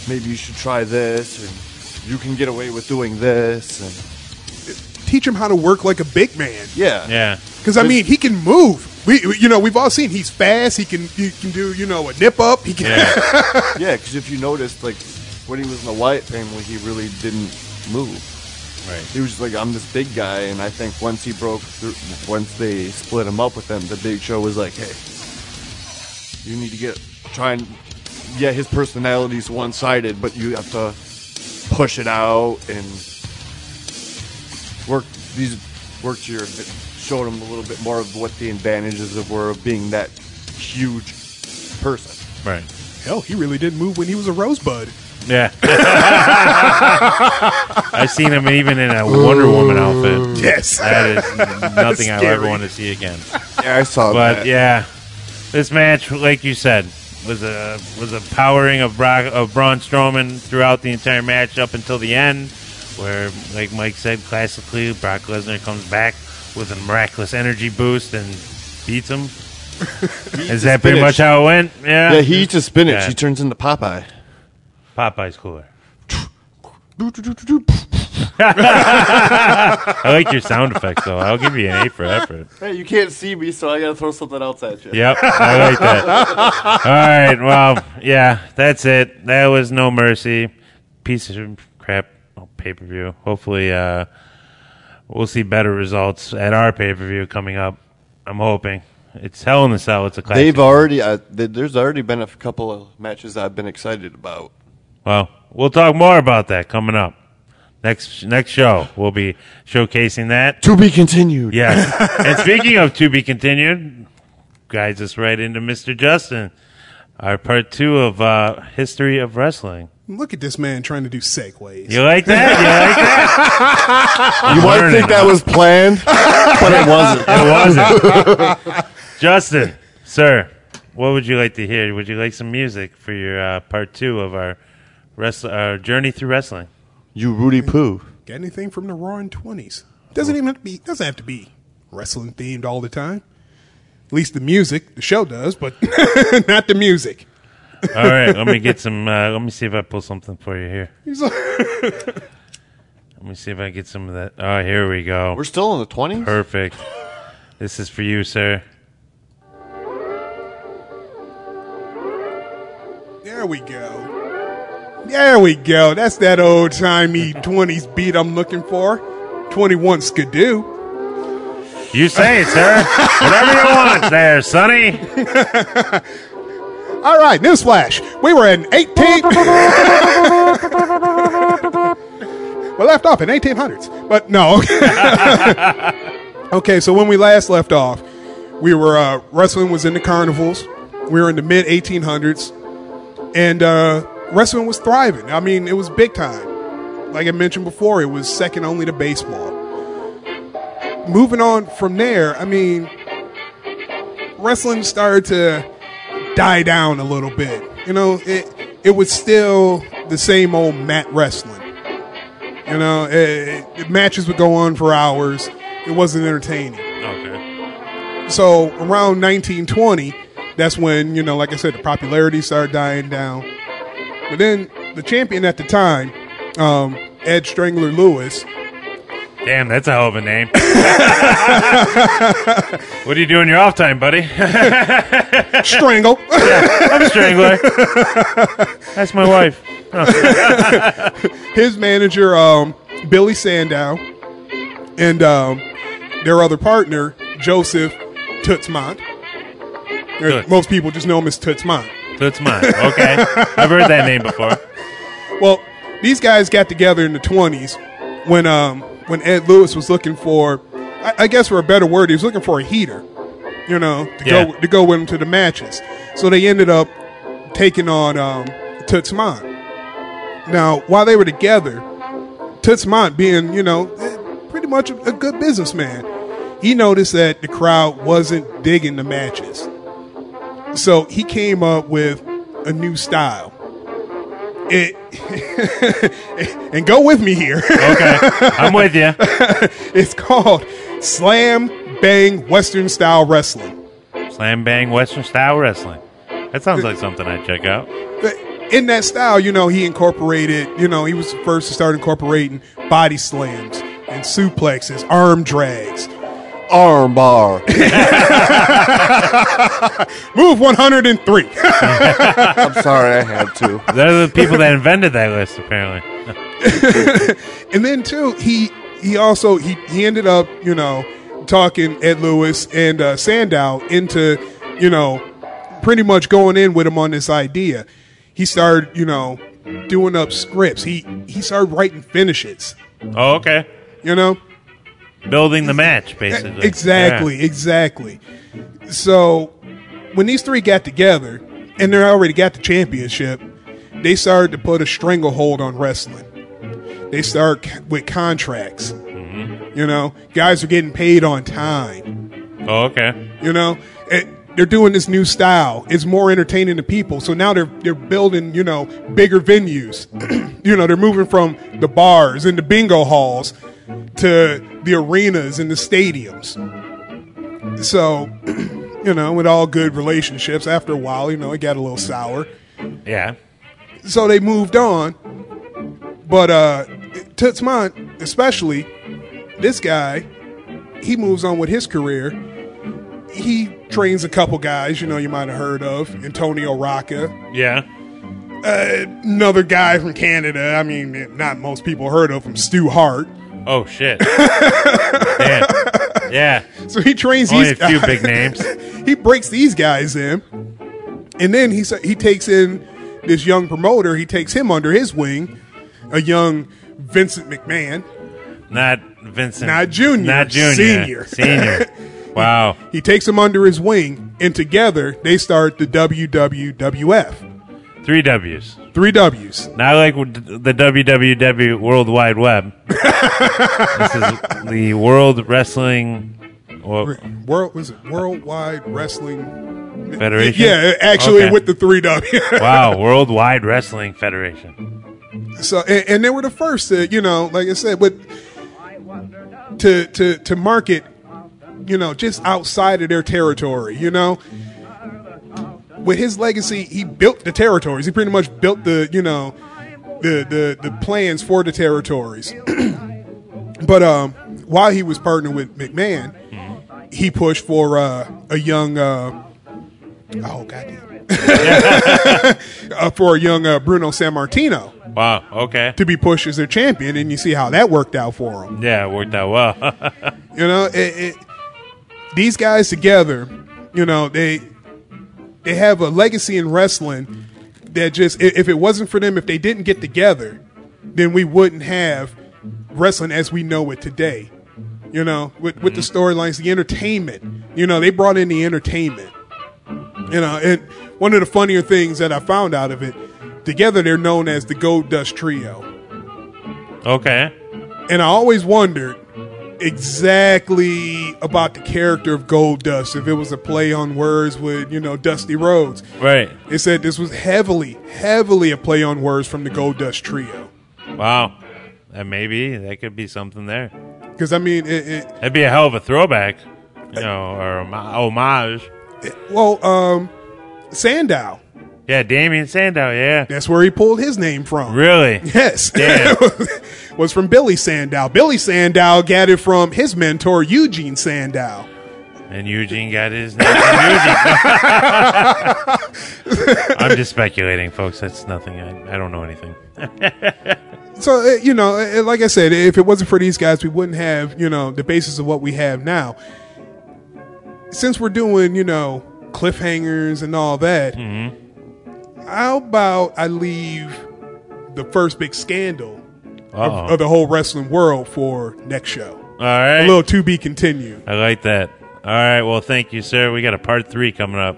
D: maybe you should try this, and you can get away with doing this, and
C: teach him how to work like a big man.
D: yeah,
B: yeah,
C: Because I mean, he can move. We, we- you know, we've all seen he's fast. He can, he can do, you know, a nip up. He can.
B: yeah,
D: yeah. Because if you noticed, like when he was in the Wyatt family, he really didn't move.
B: right.
D: he was just like, I'm this big guy, and I think once he broke through, once they split him up with them, the Big Show was like, hey, you need to get try and yeah, his personality's one sided, but you have to push it out and work these work to your adv- showed him a little bit more of what the advantages of were of being that huge person.
B: Right.
C: Hell, he really didn't move when he was a rosebud.
B: Yeah. I've seen him even in a Wonder Woman outfit.
C: Yes.
B: That is nothing I ever
C: Scary.
B: want to see again.
D: Yeah, I saw
B: But yeah, this match, like you said, was a was a powering of Brock, of Braun Strowman throughout the entire match up until the end, where, like Mike said, classically Brock Lesnar comes back with a miraculous energy boost and beats him. Is that pretty much how it went? Yeah.
D: Yeah, he eats a spinach.
B: Yeah.
D: He turns into Popeye.
B: Popeye's cooler. I like your sound effects, though. I'll give you an eight for effort.
D: Hey, you can't see me, so I gotta throw something else at you.
B: Yep, I like that. All right, well, yeah, that's it. That was no Oh, mercy. Piece of crap pay per view. Hopefully, uh, We'll see better results at our pay per view coming up. I'm hoping. It's Hell in the Cell. It's a classic.
D: They've already. Uh, th- there's already been a couple of matches I've been excited about.
B: Well, we'll talk more about that coming up. Next next show, we'll be showcasing that.
D: To be continued.
B: Yes. and speaking of to be continued, guides us right into Mr. Justin, our part two of uh, History of Wrestling.
C: Look at this man trying to do segues.
B: You like that? You like that?
D: You might think that was planned, but it wasn't.
B: It wasn't. Justin, sir, what would you like to hear? Would you like some music for your uh, part two of our, wrest- our journey through wrestling?
D: You Rudy Poo.
C: Got anything from the roaring twenties? Doesn't even have to be. Doesn't have to be wrestling themed all the time. At least the music, the show does, but not the music.
B: All right, let me get some. Uh, let me see if I pull something for you here.
C: He's like,
B: Let me see if I get some of that. Oh, here we go.
D: We're still in the 20s?
B: Perfect. This is for you, sir.
C: there we go. There we go. That's that old timey twenties beat I'm looking for. Twenty one skidoo.
B: You say it, sir. Whatever you want there, Sonny.
C: All right, newsflash. We were in eighteen. we left off in eighteen hundreds, but no. Okay, so when we last left off, we were uh, wrestling was in the carnivals. We were in the mid 1800s, and uh, wrestling was thriving. I mean, it was big time. Like I mentioned before, it was second only to baseball. Moving on from there, I mean, wrestling started to die down a little bit. You know, it it was still the same old mat wrestling. You know, it, it, matches would go on for hours. It wasn't entertaining.
B: Okay.
C: So around 1920, that's when you know, like I said, the popularity started dying down. But then the champion at the time, um, Ed Strangler Lewis,
B: Damn, that's a hell of a name. what do you do in your off time, buddy?
C: Strangle,
B: I'm Strangler. That's my wife.
C: his manager, um, Billy Sandow, and um, their other partner, Joseph Tootsmont.
B: Good.
C: Most people just know him as Tootsmont.
B: That's mine. Okay. I've heard that name before.
C: Well, these guys got together in the twenties when um when Ed Lewis was looking for, I, I guess for a better word, he was looking for a heater, you know, to
B: Yeah.
C: go to go with him to the matches. So they ended up taking on um, Toots Mont. Now, while they were together, Toots Mont being you know eh, pretty much a, a good businessman, he noticed that the crowd wasn't digging the matches. So he came up with a new style. It, and go with me here.
B: Okay. I'm with you.
C: it's called Slam Bang Western Style Wrestling.
B: Slam bang Western style wrestling. That sounds like something I'd check out.
C: But In that style, you know, he incorporated, you know, he was the first to start incorporating body slams and suplexes, arm drags.
D: Arm bar.
C: Move 103.
D: I'm sorry, I had to.
B: They're the people that invented that list, apparently.
C: and then too he he also he, he ended up you know talking ed lewis and uh, sandow into you know pretty much going in with him on this idea he started you know doing up scripts he he started writing finishes
B: Oh, okay.
C: you know
B: Building the match, basically.
C: E- Exactly, exactly. So when these three got together and they already got the championship, they started to put a stranglehold on wrestling. They start c- with contracts. You know, guys are getting paid on time.
B: Yeah. Oh, okay.
C: You know, And they're doing this new style. It's more entertaining to people. So now they're they're building, you know, bigger venues. you know, they're moving from the bars and the bingo halls to the arenas and the stadiums. So, you know, with all good relationships, after a while, you know, it got a little sour.
B: Yeah.
C: So they moved on. But uh Toots Mont, especially, this guy, he moves on with his career. He trains a couple guys, you know, you might have heard of Antonio Rocca,
B: Yeah.
C: another guy from Canada. I mean, not most people heard of him, Stu Hart.
B: Oh shit. Damn. Yeah.
C: So he trains
B: Only
C: these
B: a few
C: guys.
B: big names.
C: he breaks these guys in, and then he sa- he takes in this young promoter. He takes him under his wing, a young Vincent McMahon.
B: Not Vincent.
C: Not junior,
B: Not junior.
C: senior.
B: Senior. Wow.
C: He takes him under his wing, and together they start the WWWF.
B: Three W's.
C: Three W's.
B: Not like the WWW World Wide Web. this is the World Wrestling well,
C: World was it Worldwide Wrestling?
B: Federation.
C: Yeah, actually
B: Okay.
C: with the three W.
B: wow, Worldwide Wrestling Federation.
C: So and, and they were the first to, you know, like I said, but to to to market, you know, just outside of their territory, you know. With his legacy, he built the territories. He pretty much built the, you know, the the the plans for the territories. but um, while he was partnering with McMahon, he pushed for uh, a young, uh, oh goddamn, uh, for a young uh, Bruno San Martino
B: Wow. Okay.
C: to be pushed as their champion, and you see how that worked out for them.
B: Yeah, it worked out well.
C: You know, it, it, these guys together, you know, they they have a legacy in wrestling that just i- if it wasn't for them, if they didn't get together, then we wouldn't have wrestling as we know it today. You know, with with the storylines, the entertainment. You know, they brought in the entertainment. You know, and one of the funnier things that I found out of it, together they're known as the Gold Dust Trio.
B: okay.
C: and I always wondered exactly about the character of Gold Dust if it was a play on words with you know Dusty Rhodes.
B: Right.
C: It said this was heavily, heavily a play on words from the Gold Dust Trio.
B: Wow. That maybe that could be something there.
C: Because I mean, it, it,
B: That'd be a hell of a throwback, you know, or a mo- homage.
C: well, um, Sandow.
B: Yeah, Damien Sandow. Yeah.
C: That's where he pulled his name from.
B: Really?
C: Yes,
B: Damn.
C: was from Billy Sandow. Billy Sandow got it from his mentor Eugene Sandow.
B: And Eugene got his name. from Eugene. I'm just speculating, folks. That's nothing. I, I don't know anything.
C: So uh, you know, uh, like I said, if it wasn't for these guys, we wouldn't have you know the basis of what we have now. Since we're doing you know cliffhangers and all that, how about I leave the first big scandal of,
B: Uh-oh.
C: of the whole wrestling world for next show?
B: All right.
C: A little to be continued.
B: I like that. All right. Well, thank you, sir. We got a part three coming up.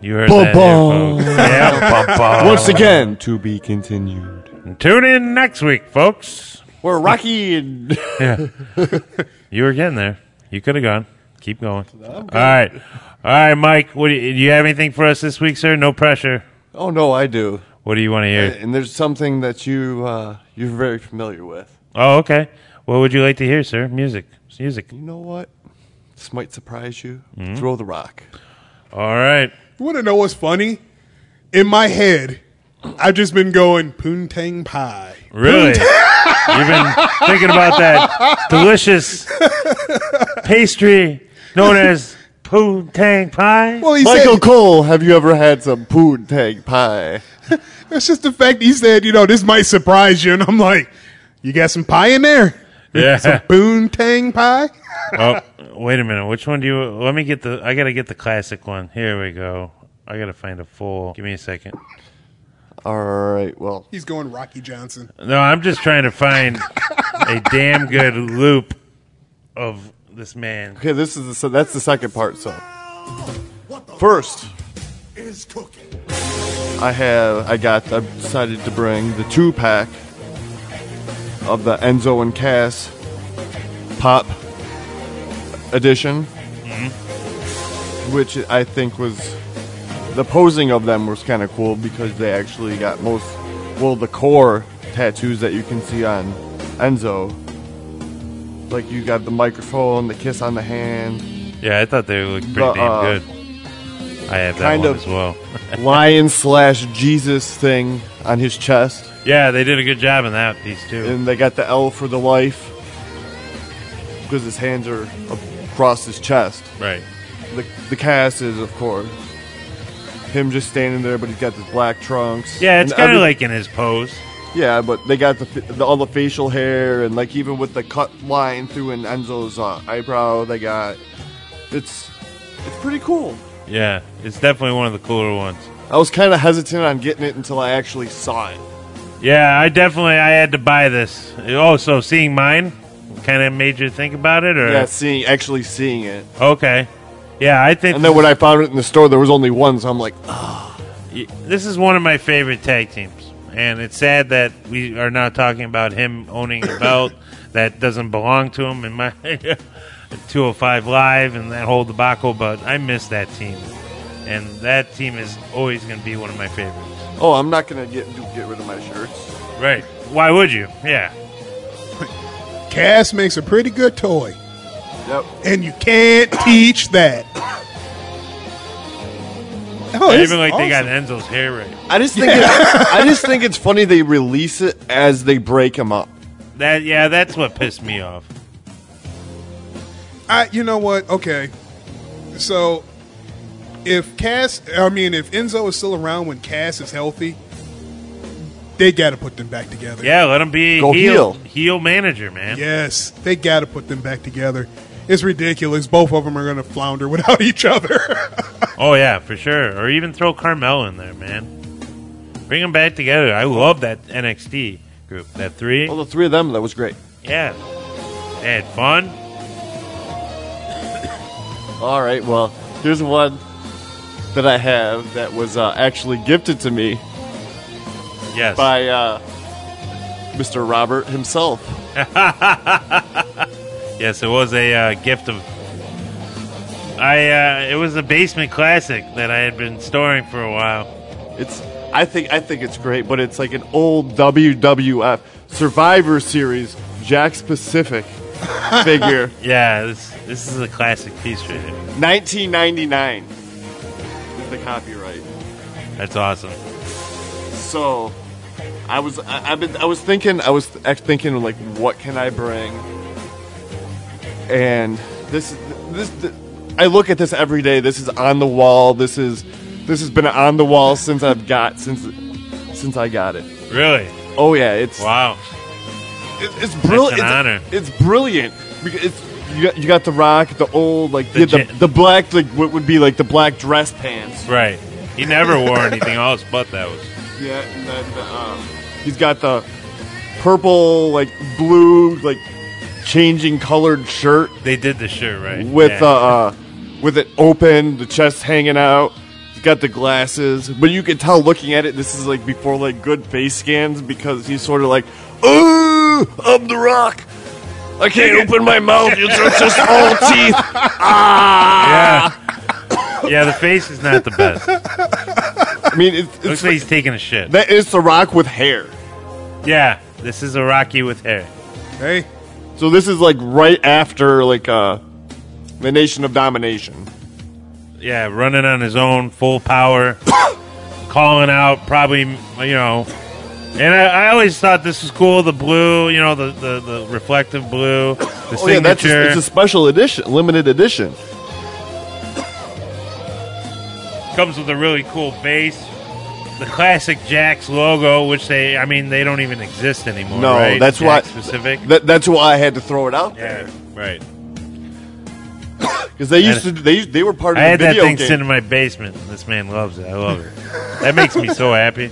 B: You heard that, here,
D: Ba-bum.
B: folks. Yeah. ba-bum.
D: Once again, to be continued.
B: Tune in next week, folks.
D: We're Rocky. And-
B: You were getting there. You could have gone. Keep going. All right. All right, Mike. What do you, do you have anything for us this week, sir? No pressure.
D: oh no, I do.
B: What do you want to hear?
D: And there's something that you uh, you're very familiar with.
B: Oh, okay. What would you like to hear, sir? Music. It's music.
D: You know what? This might surprise you. Throw the rock.
B: All right.
C: You want to know what's funny? In my head, I've just been going poontang pie.
B: Really? You've been thinking about that delicious pastry known as Poontang Pie?
C: Well, he
D: Michael
C: said,
D: Cole, have you ever had some poontang pie?
C: It's just the fact he said, you know, this might surprise you. And I'm like, you got some pie in there?
B: Yeah.
C: Boontang pie?
B: oh, wait a minute. Which one do you? Let me get the. I gotta get the classic one. Here we go. I gotta find a full. Give me a second.
D: All right. Well,
C: He's going Rocky Johnson.
B: No, I'm just trying to find a damn good loop of this man.
D: okay. This is the, so that's the second part. So first
F: is cooking.
D: I have I got I decided to bring the two pack of the Enzo and Cass pop edition, which I think was the posing of them was kind of cool because they actually got most well the core tattoos that you can see on Enzo. Like you got the microphone, the kiss on the hand,
B: Yeah, I thought they looked pretty
D: But,
B: damn
D: uh,
B: good. I have that
D: kind
B: one
D: of-
B: as well.
D: lion slash Jesus thing on his chest.
B: yeah, they did a good job in that piece too.
D: and they got the L for the life because his hands are across his chest.
B: Right.
D: The the cast is, of course, him just standing there, but he's got the black trunks.
B: Yeah, it's
D: And
B: kind of
D: every-
B: like in his pose.
D: Yeah, but they got the, f- the all the facial hair and like even with the cut line through in Enzo's uh, eyebrow, they got it's it's pretty cool.
B: Yeah, it's definitely one of the cooler ones.
D: I was kind of hesitant on getting it until I actually saw it.
B: Yeah, I definitely I had to buy this. Oh, so seeing mine kind of made you think about it, or
D: Yeah, seeing actually seeing it,
B: okay, yeah, I think
D: and then when I found it in the store, there was only one, so I'm like,
B: this is one of my favorite tag teams, and it's sad that we are now talking about him owning a belt that doesn't belong to him in my 205 Live and that whole debacle. But I miss that team, and that team is always going to be one of my favorites.
D: oh, I'm not gonna get do- get rid of my shirts.
B: Right? Why would you? Yeah.
C: Cass makes a pretty good toy,
D: Yep.
C: and you can't teach that. Oh,
B: I
C: it's
B: even like they got
C: awesome.
B: Enzo's hair right.
D: I just think it's, I just think it's funny they release it as they break them up.
B: That yeah, that's what pissed me off.
C: I, you know what? Okay, so if Cass, I mean, if Enzo is still around when Cass is healthy, they got to put them back together.
B: Yeah, let him be
D: Go
B: heel,
D: heel.
B: heel manager, man.
C: Yes, they got to put them back together. It's ridiculous. Both of them are going to flounder without each other.
B: Oh yeah, for sure. Or even throw Carmel in there, man. Bring them back together. I love that NXT group. That three,
D: Well, the three of them that was great.
B: yeah, they had fun.
D: All right, well, here's one that I have that was uh, actually gifted to me
B: Yes,
D: by uh, Mr. Robert himself.
B: yes, it was a uh, gift of. I uh, it was a basement classic that I had been storing for a while.
D: It's I think I think it's great, but it's like an old WWF Survivor Series Jack Pacific figure,
B: Yeah, this this is a classic piece right here.
D: 1999 is the copyright.
B: That's awesome.
D: So, I was I, I've been I was thinking I was ex- thinking like what can I bring, and this this th- I look at this every day. This is on the wall. This is this has been on the wall since I've got since since I got it.
B: Really?
D: Oh yeah, it's
B: Wow.
D: it- it's
B: an
D: brilliant. It's,
B: honor.
D: it's brilliant. Because it's you got, you got the rock, the old like
B: The
D: yeah, the,
B: ja-
D: the black like what would be like the black dress pants.
B: Right. He never wore anything else but those.
D: Yeah, and then the, um, he's got the purple, like blue, like changing colored shirt
B: They did the shirt right
D: with
B: Yeah.
D: uh, with it open, the chest hanging out. He's got the glasses, but you can tell looking at it, this is like before like good face scans because he's sort of like, "Ooh, I'm the Rock. I can't open my mouth. It's just all teeth."
B: Yeah.
D: ah.
B: yeah, the face is not the best.
D: I mean, it's,
B: Looks
D: it's
B: like he's taking a shit.
D: that is the Rock with hair.
B: Yeah, this is a Rocky with hair.
C: hey,
D: So this is like right after like uh the Nation of Domination.
B: Yeah, running on his own, full power, calling out, probably, you know. And I, I always thought this was cool the blue, you know, the, the, the reflective blue, the signature.
D: Oh, that's a, it's a special edition, limited edition.
B: comes with a really cool base. The classic Jax logo, which they, I mean, they don't even exist anymore.
D: No,
B: right?
D: that's why.
B: Jax Specific.
D: That, that's why I had to throw it out there
B: yeah, right.
D: because they used to. They used, they were part of
B: I
D: the
B: had that
D: video
B: thing
D: game.
B: sitting in my basement. This man loves it. I love it. that makes me so happy.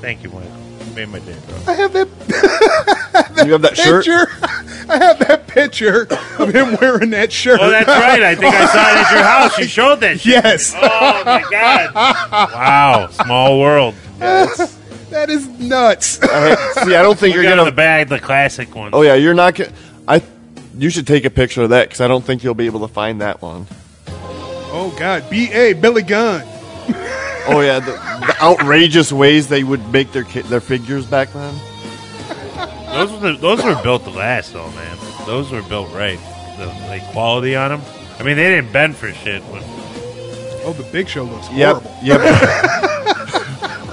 B: Thank you, Michael. You made my day, bro.
C: I have that
D: you have that shirt.
C: picture. I have that picture of him wearing that shirt.
B: Oh, that's right. I think I saw it at your house. You showed that. Shit.
C: yes,
B: Oh my god! Wow, small world.
C: that is nuts.
D: I had- see, I don't think
B: You're
D: you're
B: going the
D: gonna.
B: bag, the classic one.
D: Oh yeah, you're not gonna. I. You should take a picture of that because I don't think you'll be able to find that one.
C: oh God, B A Billy Gunn.
D: Oh yeah, the, the outrageous ways they would make their ki- their figures back then.
B: Those were the, those were built to last, though, man. Those were built right. The like quality on them. I mean, they didn't bend for shit. When,
C: Oh, the Big Show looks
D: Yep.
C: horrible.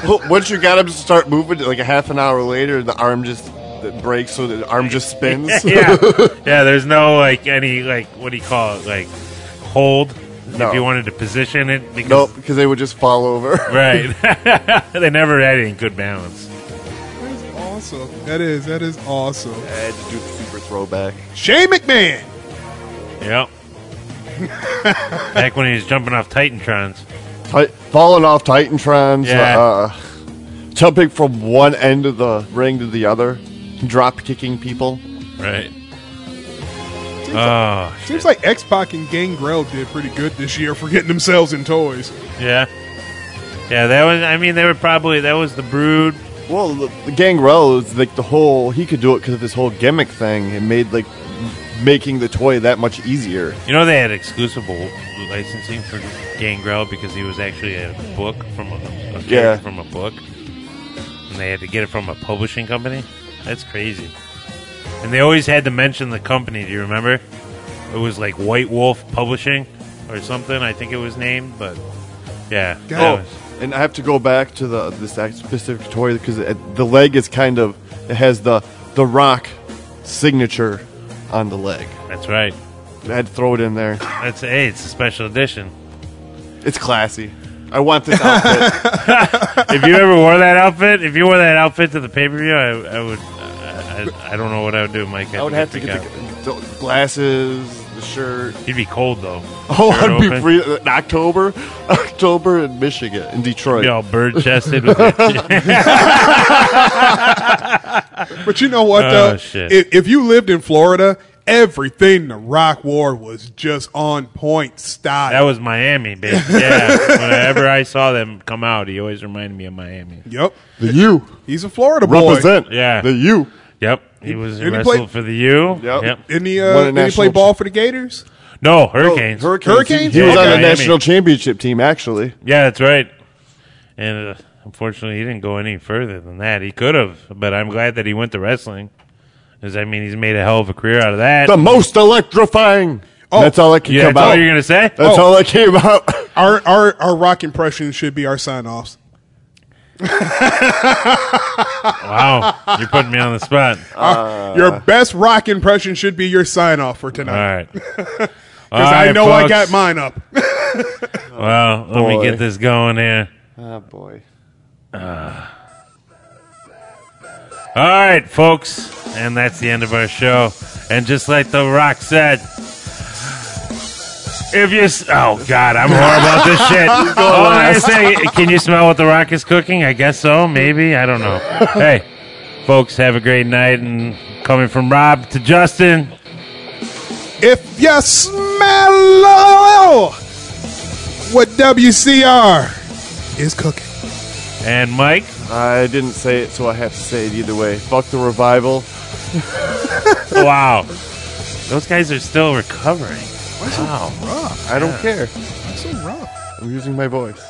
D: Yep. Well, Once you got him to start moving, like a half an hour later, the arm just the breaks, so the arm just spins.
B: yeah, yeah. There's no like any like what do you call it like hold
D: No.
B: if you wanted to position it. Because
D: Nope, because they would just fall over.
B: Right. they never had any good balance.
C: That's awesome. awesome. That is that is awesome.
D: I had to do the super throwback.
C: Shane McMahon.
B: Yep. Back when he was jumping off Titantrons.
D: Ti- falling off Titantrons.
B: Yeah.
D: Uh, jumping from one end of the ring to the other. Drop kicking people.
B: Right.
C: Seems,
B: Oh,
C: like, seems like X Pac and Gangrel did pretty good this year for getting themselves in toys.
B: Yeah. Yeah, that was, I mean, they were probably, that was the brood.
D: Well, the, the Gangrel is like the whole. He could do it because of his whole gimmick thing. It made like making the toy that much easier.
B: You know, they had exclusive licensing for Gangrel because he was actually a book from a, a character
D: Yeah.
B: from a book. And they had to get it from a publishing company. That's crazy. And they always had to mention the company. Do you remember? It was like White Wolf Publishing or something. I think it was named, but yeah. that
D: Oh,
B: was-
D: and I have to go back to the this act- specific toy because the leg is kind of it has the the rock signature on the leg.
B: that's right.
D: I had to throw it in there.
B: That's hey, it's a special edition.
D: It's classy. I want this outfit.
B: if you ever wore that outfit, if you wore that outfit to the pay per view, I, I would. I, I, I don't know what I would do, Mike.
D: I would have to get the, the glasses, the shirt.
B: You'd be cold though.
D: Oh,
B: Shirt
D: I'd be
B: open.
D: free in October, October in Michigan, in Detroit.
B: Be all bird chested. with it.
C: But you know what
B: Oh,
C: though?
B: shit.
C: If, if you lived in Florida, everything the Rock wore was just on point style.
B: that was Miami, baby. Yeah. Whenever I saw them come out, he always reminded me of Miami.
C: yep.
D: The U
C: He's a Florida boy.
D: represent.
B: Yeah.
D: the U.
B: Yep. He was
C: Did he
B: wrestled
C: play-
B: for the U.
D: Yep.
C: Didn't he,
D: Won a
C: uh, did he play
D: national
C: ball for the Gators?
B: No hurricanes.
D: Oh, Hurricanes.
C: Hurricanes?
D: He, he was
B: Yeah,
D: on the
B: Miami.
D: national championship team, actually.
B: Yeah, that's right. And uh, unfortunately, he didn't go any further than that. He could have, but I'm glad that he went to wrestling. Because I mean, he's made a hell of a career out of that.
D: The most electrifying.
C: Oh.
D: that's all I can
B: yeah,
D: come
B: that's all
D: out.
B: you're gonna say.
D: That's
C: Oh.
D: all I came out.
C: Our our our rock impressions should be our sign offs.
B: Wow, you're putting me on the spot. All
D: Uh,
C: your best rock impression should be your sign off for tonight.
B: right.
C: Because I know I got mine up.
B: Well, let me
D: Boy.
B: get this going here.
D: oh boy.
B: All right, folks, and that's the end of our show. And just like The Rock said, if you s- oh god, I'm horrible at this shit. All I say, can you smell what The Rock is cooking? I guess so. Maybe I don't know. Hey, folks, have a great night. And coming from Rob to Justin,
C: If you smell what WCR is cooking.
B: and Mike.
D: I didn't say it, so I have to say it either way. Fuck the revival.
B: Wow, those guys are still recovering. Wow.
D: I don't care.
C: That's so rough.
D: I'm using my voice.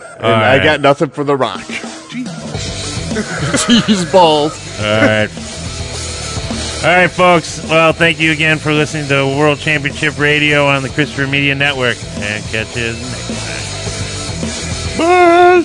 D: And
B: All
D: I
B: right.
D: got nothing for the rock. Cheese balls.
B: All right. All right, folks. Well, thank you again for listening to World Championship Radio on the Christopher Media Network. And catch you next time.
D: Bye.